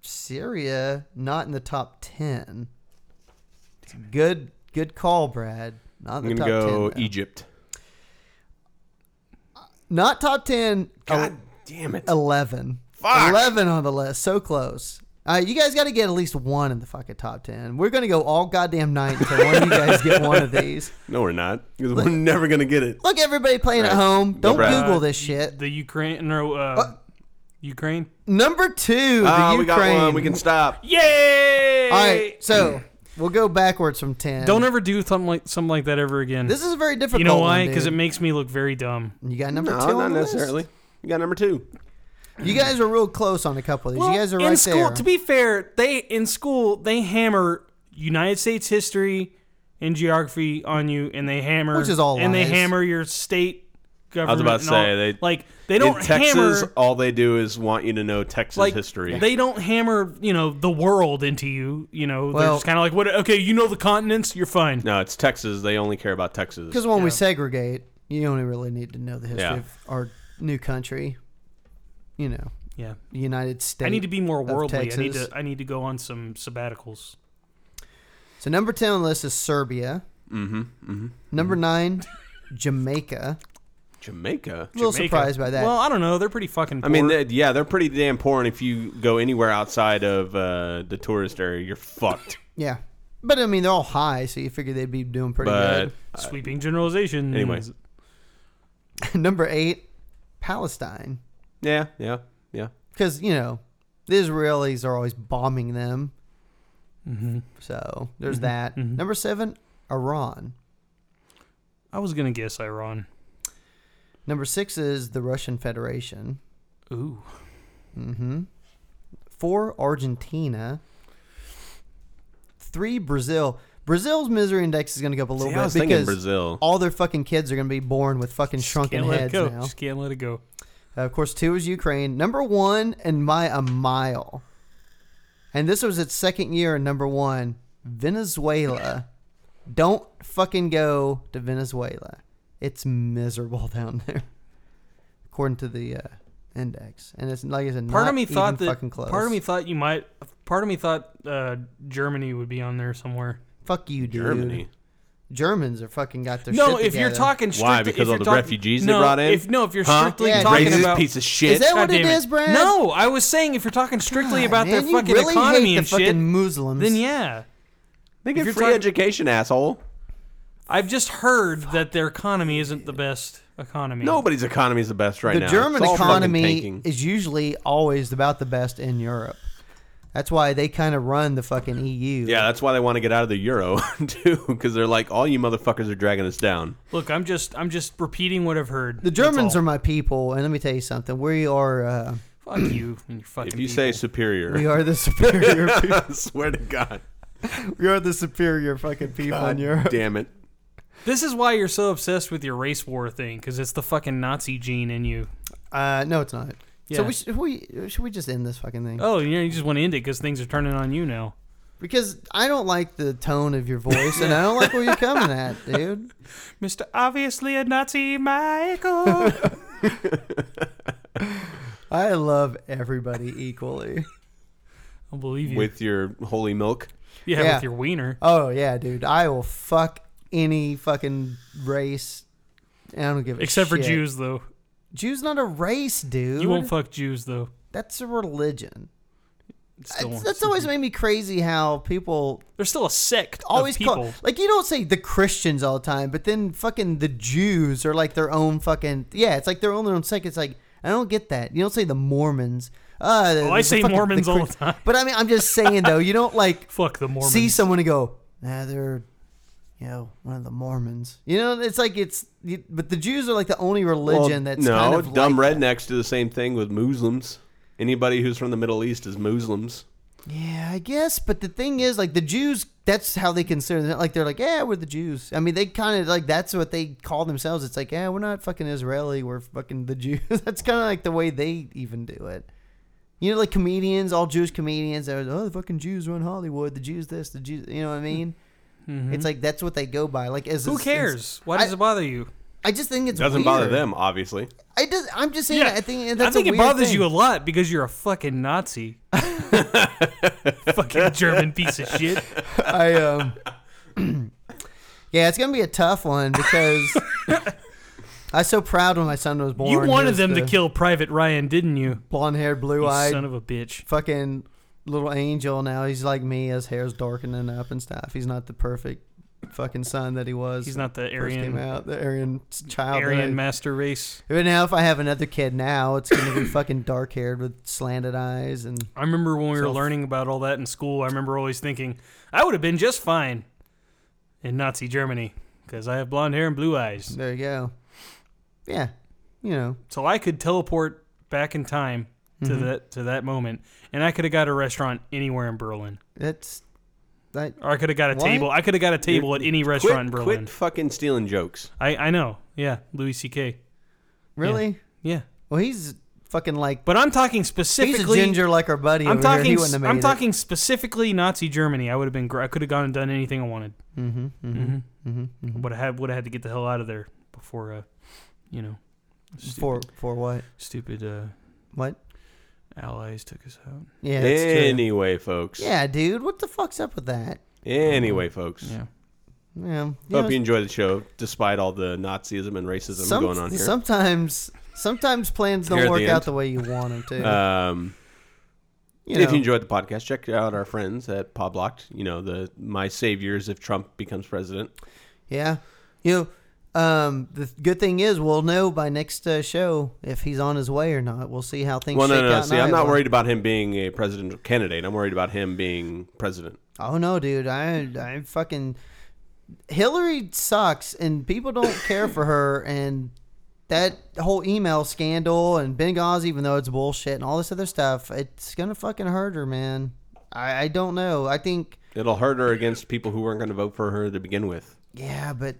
B: Syria not in the top ten. It's a good good call, Brad. Not
A: I'm
B: in the
A: gonna
B: top
A: go E-
B: 10, though.
A: Egypt.
B: Not top ten.
A: God
B: el-
A: damn
B: Oh.
A: it.
B: Eleven.
A: Fuck.
B: Eleven on the list. So close. Uh, you guys got to get at least one in the fucking top ten. We're gonna go all goddamn night until one of you guys get one of
A: <laughs>
B: these.
A: No, we're not. 'Cause we're never gonna get it.
B: Look, everybody playing at
A: Right.
B: home. Don't
A: Brad.
B: Google this shit.
C: The Ukraine. No. Uh,
B: What?
C: Ukraine.
B: Number two,
A: Ah,
B: the
A: we got
B: Ukraine.
A: one. We can stop.
C: Yay!
B: All right, so we'll go backwards from ten.
C: Don't ever do something like something like that ever again.
B: This is a very difficult.
C: you know
B: one,
C: why? Because it
B: dude.
C: makes me look very dumb.
B: you got number
A: No,
B: two.
A: not
B: on the list?
A: necessarily. You got number two.
B: You guys are real close on a couple of these. you guys are
C: in
B: right
C: school,
B: there.
C: to be fair, they in school they hammer United States history and geography on you, and they hammer
B: Which is all
C: and they
B: lies.
C: hammer your state government.
A: about to
C: and all-
A: say, they-
C: like they don't
A: In Texas,
C: hammer
A: all they do is want you to know Texas
C: like
A: history.
C: They don't hammer you know the world into you. You know they're
B: Well-
C: just kind of like what? Okay, you know the continents, you're fine.
A: no, it's Texas. They only care about Texas.
B: Because when we segregate, you only really need to know the history
A: Yeah.
B: of our new country. You know,
C: Yeah,
B: the United States.
C: I need to be more
B: of
C: worldly. I need
B: Texas.
C: to I need to go on some sabbaticals.
B: So number ten on the list is Serbia. Mm-hmm. mm-hmm. Number nine, Jamaica.
C: <laughs>
A: Jamaica.
B: A little
C: Jamaica.
B: surprised by that.
C: Well, I don't know. They're pretty fucking. Poor.
A: I mean, they, yeah, they're pretty damn poor, and if you go anywhere outside of uh, the tourist area, you're fucked.
B: yeah, but I mean they're all high, so you figure they'd be doing pretty
A: But
C: sweeping generalizations.
A: anyway.
B: good. <laughs> number eight, Palestine,
A: yeah, yeah, yeah.
B: because you know the Israelis are always bombing them. So there's that. Number seven, Iran.
C: I was gonna guess Iran.
B: Number six is the Russian Federation. Mm-hmm.
C: Ooh,
B: Four, Argentina. Three, Brazil. Brazil's misery index is going to go up a little
A: See,
B: bit
A: I was thinking
B: because
A: Brazil.
B: all their fucking kids are going to be born with fucking shrunken
C: can't let it
B: heads
C: go.
B: now.
C: Just can't let it go.
B: Uh, of course, two is Ukraine. Number one, and by a mile. And this was its second year in number one, Venezuela. Don't fucking go to Venezuela. It's miserable <laughs> down there, according to the uh, index. And it's like I said,
C: Part
B: not
C: of me
B: even
C: thought that.
B: fucking close.
C: Part of me thought you might. Part of me thought uh, Germany would be on there somewhere.
B: fuck you, dude.
A: Germany.
B: Germans are fucking got their
C: No,
B: shit
C: if you're
B: together.
C: talking strictly,
A: Why? Because
C: if
A: all
C: you're
A: the
C: talk-
A: refugees
C: no,
A: they brought in?
C: If no, if you're
A: Huh?
C: strictly
B: Yeah,
C: talking
A: Racist
C: about
A: piece of shit.
B: Is that what
C: God
B: it
C: damn
B: is, Brad?
C: No, I was saying if you're talking strictly about
B: Man,
C: their
B: you
C: fucking
B: really
C: economy
B: hate
C: and
B: the fucking
C: shit,
B: Muslims.
C: then yeah.
A: They get
C: you're
A: free
C: talking-
A: education, asshole.
C: I've just heard that their economy isn't the best economy.
A: Nobody's economy is the best right
B: the
A: now. It's
B: German
A: all fucking
B: economy
A: tanking.
B: is usually always about the best in Europe. That's why they kind of run the fucking E EU.
A: Yeah, that's why they want to get out of the euro <laughs> too, because they're like, all you motherfuckers are dragging us down.
C: Look, I'm just I'm just repeating what I've heard.
B: The Germans are
C: That's
B: my people, and let me tell you something. We are uh,
C: all. fuck you and your fucking
A: If you say
C: people.
A: superior, <laughs>
B: we are the <laughs> superior
A: I swear to <laughs> God,
B: we are the superior fucking people in Europe.
A: damn it.
C: This is why you're so obsessed with your race war thing, because it's the fucking Nazi gene in you.
B: Uh, no, it's not.
C: Yeah.
B: So we should we should we just end this fucking thing?
C: oh, you know, you just want to end it because things are turning on you now.
B: Because I don't like the tone of your voice, and I don't like where you're coming at,
A: <laughs>
B: dude.
C: Mr. Obviously a Nazi
B: <laughs>
C: Michael.
B: I love everybody equally.
C: <laughs> I'll believe you.
A: with your holy milk.
C: yeah,
B: yeah.
C: with your wiener.
B: Oh yeah, dude. I will fuck any fucking race. I don't give a
C: Except for
B: shit.
C: Jews, though.
B: Jews not a race, dude.
C: You won't fuck Jews, though.
B: That's a religion.
C: Still
B: It's-
C: won't.
B: that's always made me crazy how people
C: There's still a sect
B: always
C: of people.
B: call like you don't say the Christians all the time, but then fucking the Jews are like their own fucking yeah. It's like their own their own sect. It's like I don't get that. You don't say the Mormons. Uh, the-
C: Oh, I
B: the
C: say Mormons all the time.
B: But I mean, I'm just saying though, you don't like
C: Fuck the Mormons.
B: see someone and go, nah, they're you know one of the Mormons. You know, it's like it's you, but the Jews are like the only religion
A: Well,
B: that's
A: no
B: kind of
A: dumb
B: like,
A: rednecks do the same thing with Muslims. Anybody who's from the Middle East is Muslims.
B: Yeah, I guess. But the thing is, like the Jews, that's how they consider them. Like they're like, yeah, we're the Jews. I mean, they kind of like that's what they call themselves. It's like, yeah, we're not fucking Israeli. We're fucking the Jews. <laughs> that's kind of like the way they even do it. You know, like comedians, all Jewish comedians. They're like, oh, the fucking Jews run Hollywood. The Jews this. The Jews. You know what I mean? It's like that's what they go by. Like, as
C: Who
B: it's-
C: cares? Why does
B: I-
C: it bother you?
B: I just think it's
A: Doesn't bother
B: weird.
A: them, obviously.
B: I just, I'm just saying. I think that's
C: I think
B: a
C: it
B: weird
C: bothers
B: thing.
C: you a lot because you're a
B: <laughs>
C: fucking Nazi. fucking German piece of <laughs> shit.
B: I um
C: <laughs>
B: <clears throat> Yeah, it's gonna be a tough one because I was so proud when my son was born.
C: You
B: He
C: wanted
B: was
C: them to
B: the
C: kill Private Ryan, didn't you?
B: blonde haired, blue
C: You
B: eyed
C: son of a bitch.
B: fucking little angel now. He's like me, his hair's darkening up and stuff. He's not the perfect fucking son that he was.
C: He's not the
B: when he first came
C: Aryan,
B: out, the Aryan child. that I-
C: Aryan master race.
B: But now if I have another kid now, it's gonna
C: <clears throat>
B: be fucking dark haired with slanted eyes and
C: I remember when we were
B: So-
C: learning about all that in school, I remember always thinking, I would have been just fine in Nazi Germany because I have blonde hair and blue eyes.
B: there you go. Yeah. You know.
C: So I could teleport back in time to
B: Mm-hmm.
C: that to that moment and I could have got a restaurant anywhere in Berlin.
B: That's that
C: Or I could have got a
B: What?
C: table. I could have got a table at any restaurant
A: quit,
C: in Berlin.
A: quit fucking stealing jokes.
C: I, I know. Yeah, Louis C.K.
B: really
C: Yeah,
B: Well, he's fucking like
C: but I'm talking
B: he's a
C: specifically.
B: ginger like our buddy.
C: I'm
B: over here. He
C: talking.
B: wouldn't have made
C: I'm
B: it.
C: talking specifically Nazi Germany. I would have been. gr- I could have gone and done anything I wanted.
B: Mm-hmm.
C: Mm-hmm. Mm-hmm. Would have had. Would have had to get the hell out of there before. Uh, you know, stupid,
B: for for what?
C: stupid uh,
B: What?
C: allies took us out.
B: Yeah, that's true.
A: Anyway, folks.
B: Yeah, dude, what the fuck's up with that?
A: Anyway, folks.
C: Yeah.
B: Yeah, you know,
A: Hope you enjoy the show, despite all the Nazism and racism
B: some-
A: going on here.
B: Sometimes, sometimes plans don't
A: Here at
B: work
A: the
B: out
A: end.
B: the way you want them to.
A: um,
B: you know,
A: If you enjoyed the podcast, check out our friends at Poblocked. You know, the my saviors if Trump becomes president.
B: yeah, you know, um, the good thing is we'll know by next uh, show if he's on his way or not. We'll see how things.
A: Well, no,
B: shake
A: no, no.
B: out in
A: See, I'm not
B: Iowa.
A: worried about him being a presidential candidate. I'm worried about him being president.
B: Oh no, dude, I I fucking Hillary sucks and people don't care for her and that whole email scandal and Benghazi, even though it's bullshit and all this other stuff, it's gonna fucking hurt her, man. I, I don't know. I think
A: It'll hurt her against people who weren't going to vote for her to begin with.
B: yeah, but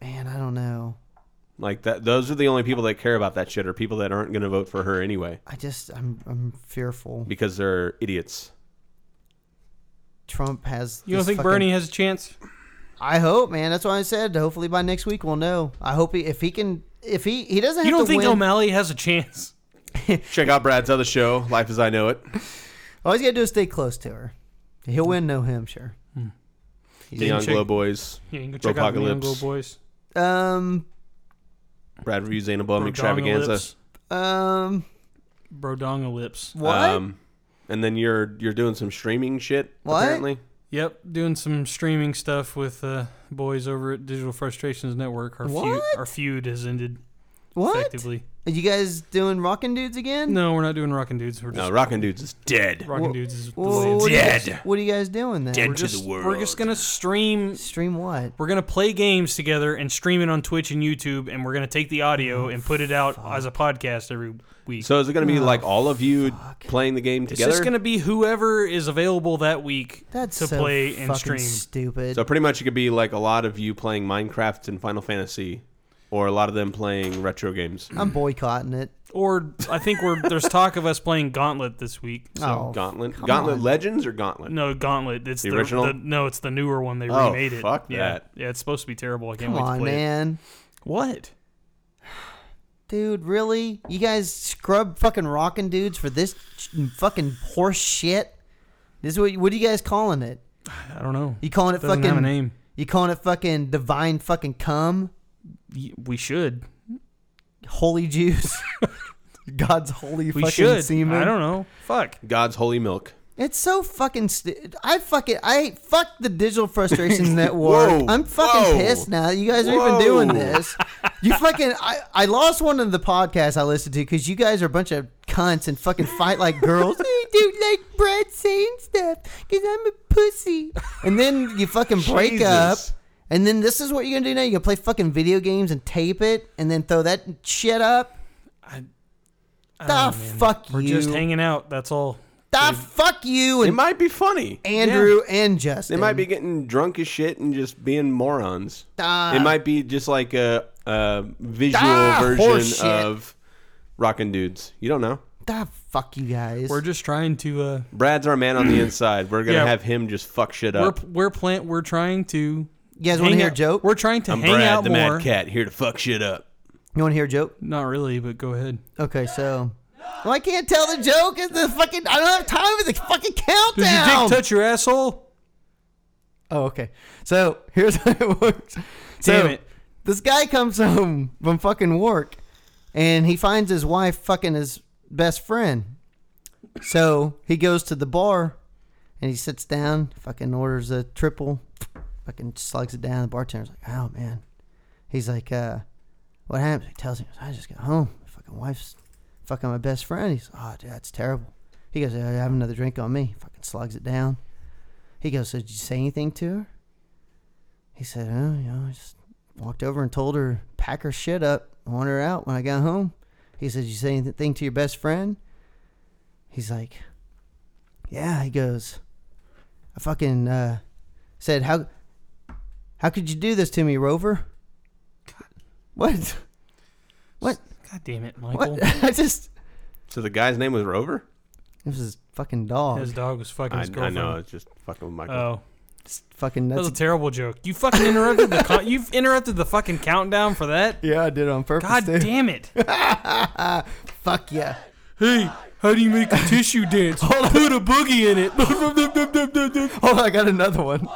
B: man, I don't know.
A: Like that. Those are the only people that care about that shit. Are people that aren't going to vote for her anyway
B: I just I'm I'm fearful.
A: because they're idiots.
B: Trump has
C: You don't
B: this
C: think
B: fucking-
C: Bernie has a chance?
B: I hope, man. That's why I said hopefully by next week we'll know. I hope he if he can if he he doesn't have
C: You
B: to
C: don't think
B: win.
C: O'Malley has a chance?
A: Check out Brad's other show, Life as I Know
C: <laughs>
A: It.
B: All he's got to do is stay close to her. He'll win, no him, sure.
A: The Young
C: check-
A: Glow Boys.
C: Yeah, you can go check out the Neon Glow
A: Bropocalypse.
C: Boys.
B: Um,
A: Brad reviews Anna Bum Extravaganza.
B: um,
C: Brodonga lips.
B: what?
A: Um, and then you're you're doing some streaming shit
B: What?
A: apparently.
C: Yep, doing some streaming stuff with uh, boys over at Digital Frustrations Network. Our feud,
B: What?
C: our feud has ended
B: what?
C: effectively.
B: Are you guys doing Rockin' Dudes again?
C: No, we're not doing Rockin' Dudes. We're
A: No,
C: just
A: Rockin' Dudes is dead.
C: Rockin' Dudes is
B: Whoa,
C: deleted.
B: what, are you guys, what are you guys doing then?
C: We're just, we're just gonna stream.
B: Stream what?
C: We're gonna play games together and stream it on Twitch and YouTube, and we're gonna take the
B: Oh,
C: audio and put it out as a podcast every week.
A: So is it going to be like all of you playing the game
C: it's
A: together?
C: just gonna be whoever is available that week
B: That's
C: to
B: so
C: play and
B: fucking
C: stream.
B: stupid.
A: so pretty much it could be like a lot of you playing Minecraft and Final Fantasy, or a lot of them playing retro games.
B: I'm boycotting it.
C: Or I think we're there's talk of us playing Gauntlet this week. So.
B: oh,
A: Gauntlet,
B: come
A: Gauntlet
B: on.
A: Legends or Gauntlet?
C: No, Gauntlet. It's
A: The
C: the,
A: original?
C: the- no, it's the newer one. They
A: Oh,
C: remade it.
A: fuck
C: yeah.
A: that.
C: Yeah, it's supposed to be terrible. I can't
B: Come
C: wait to
B: on,
C: play it.
B: man.
C: What?
B: Dude, really? You guys scrub fucking rockin' dudes for this ch- fucking horse shit? This is what, what are you guys calling it?
C: I don't know.
B: You calling it
C: Doesn't
B: fucking
C: have a name.
B: You calling it fucking divine fucking cum?
C: Y- We should.
B: Holy
C: <laughs>
B: juice? God's holy
C: We
B: fucking
C: should.
B: semen?
C: I don't know. Fuck.
A: God's holy milk.
B: It's so fucking. St- I fucking. I fuck the digital frustrations
A: <laughs>
B: network.
A: Whoa,
B: I'm fucking
A: whoa.
B: pissed now. that You guys are
A: Whoa.
B: even doing this. You fucking. I, I lost one of the podcasts I listened to because you guys are a bunch of cunts and fucking fight
A: <laughs>
B: like girls. I don't like Brad saying stuff because I'm a pussy. And then you fucking break up.
A: Jesus.
B: And then this is what you're gonna do now. You're gonna play fucking video games and tape it, and then throw that shit up.
C: I
B: The
C: don't know, man.
B: fuck
C: We're
B: you.
C: just hanging out. That's all.
B: the fuck you
A: It
B: and
A: might be funny.
B: Andrew and Justin.
A: They might be getting drunk as shit and just being morons.
B: Ah.
A: it might be just like a, a visual
B: Ah, horseshit.
A: version of Rockin' Dudes. You don't know.
B: Ah, fuck you guys.
C: We're just trying to. Uh,
A: Brad's our man on the inside. We're gonna
C: Yeah.
A: have him just fuck shit
C: we're
A: up.
C: we're plant. We're trying to.
B: you guys want to
C: hang
B: hear a
C: out-
B: joke?
C: We're trying to
A: I'm
C: hang
A: Brad
C: out
A: the
C: more.
A: Mad Cat here to fuck shit up.
B: you want to hear a joke?
C: Not really, but go ahead.
B: Okay, so. Well, I can't tell the joke. It's the fucking. I don't have time for the fucking
C: Does
B: countdown.
C: your dick touch your asshole?
B: oh, okay. So here's <laughs> how it works. so,
C: Damn it.
B: This guy comes home from fucking work, and he finds his wife fucking his best friend. So he goes to the bar, and he sits down, fucking orders a triple, fucking slugs it down. The bartender's like, "Oh man," he's like, "Uh, what happened?" He tells him, "I just got home. My fucking wife's fucking my best friend." He's, "Oh, dude, that's terrible." He goes, "I have another drink on me." Fucking slugs it down. He goes, "So did you say anything to her?" He said, "Oh, you know, I just walked over and told her pack her shit up, want her out when I got home." He said, "You say anything to your best friend?" He's like, "Yeah." He goes, "I fucking uh, said how how could you do this to me, Rover?" What?
C: God damn it, Michael.
B: What? <laughs> I just
A: So the guy's name was Rover.
B: this is fucking dog.
C: His dog was fucking
A: I,
C: his
A: I
C: girlfriend.
A: know. It's just fucking with Michael.
C: Oh,
B: It's fucking
C: that was
B: nuts.
C: a terrible joke. You fucking interrupted the con- you've interrupted the fucking countdown for that.
B: yeah, I did it on purpose.
C: God
B: dude.
C: damn it.
B: <laughs> Fuck yeah.
C: Hey, how do you make a tissue dance? Put a boogie in it. <laughs>
B: Hold on, I Oh, got another one.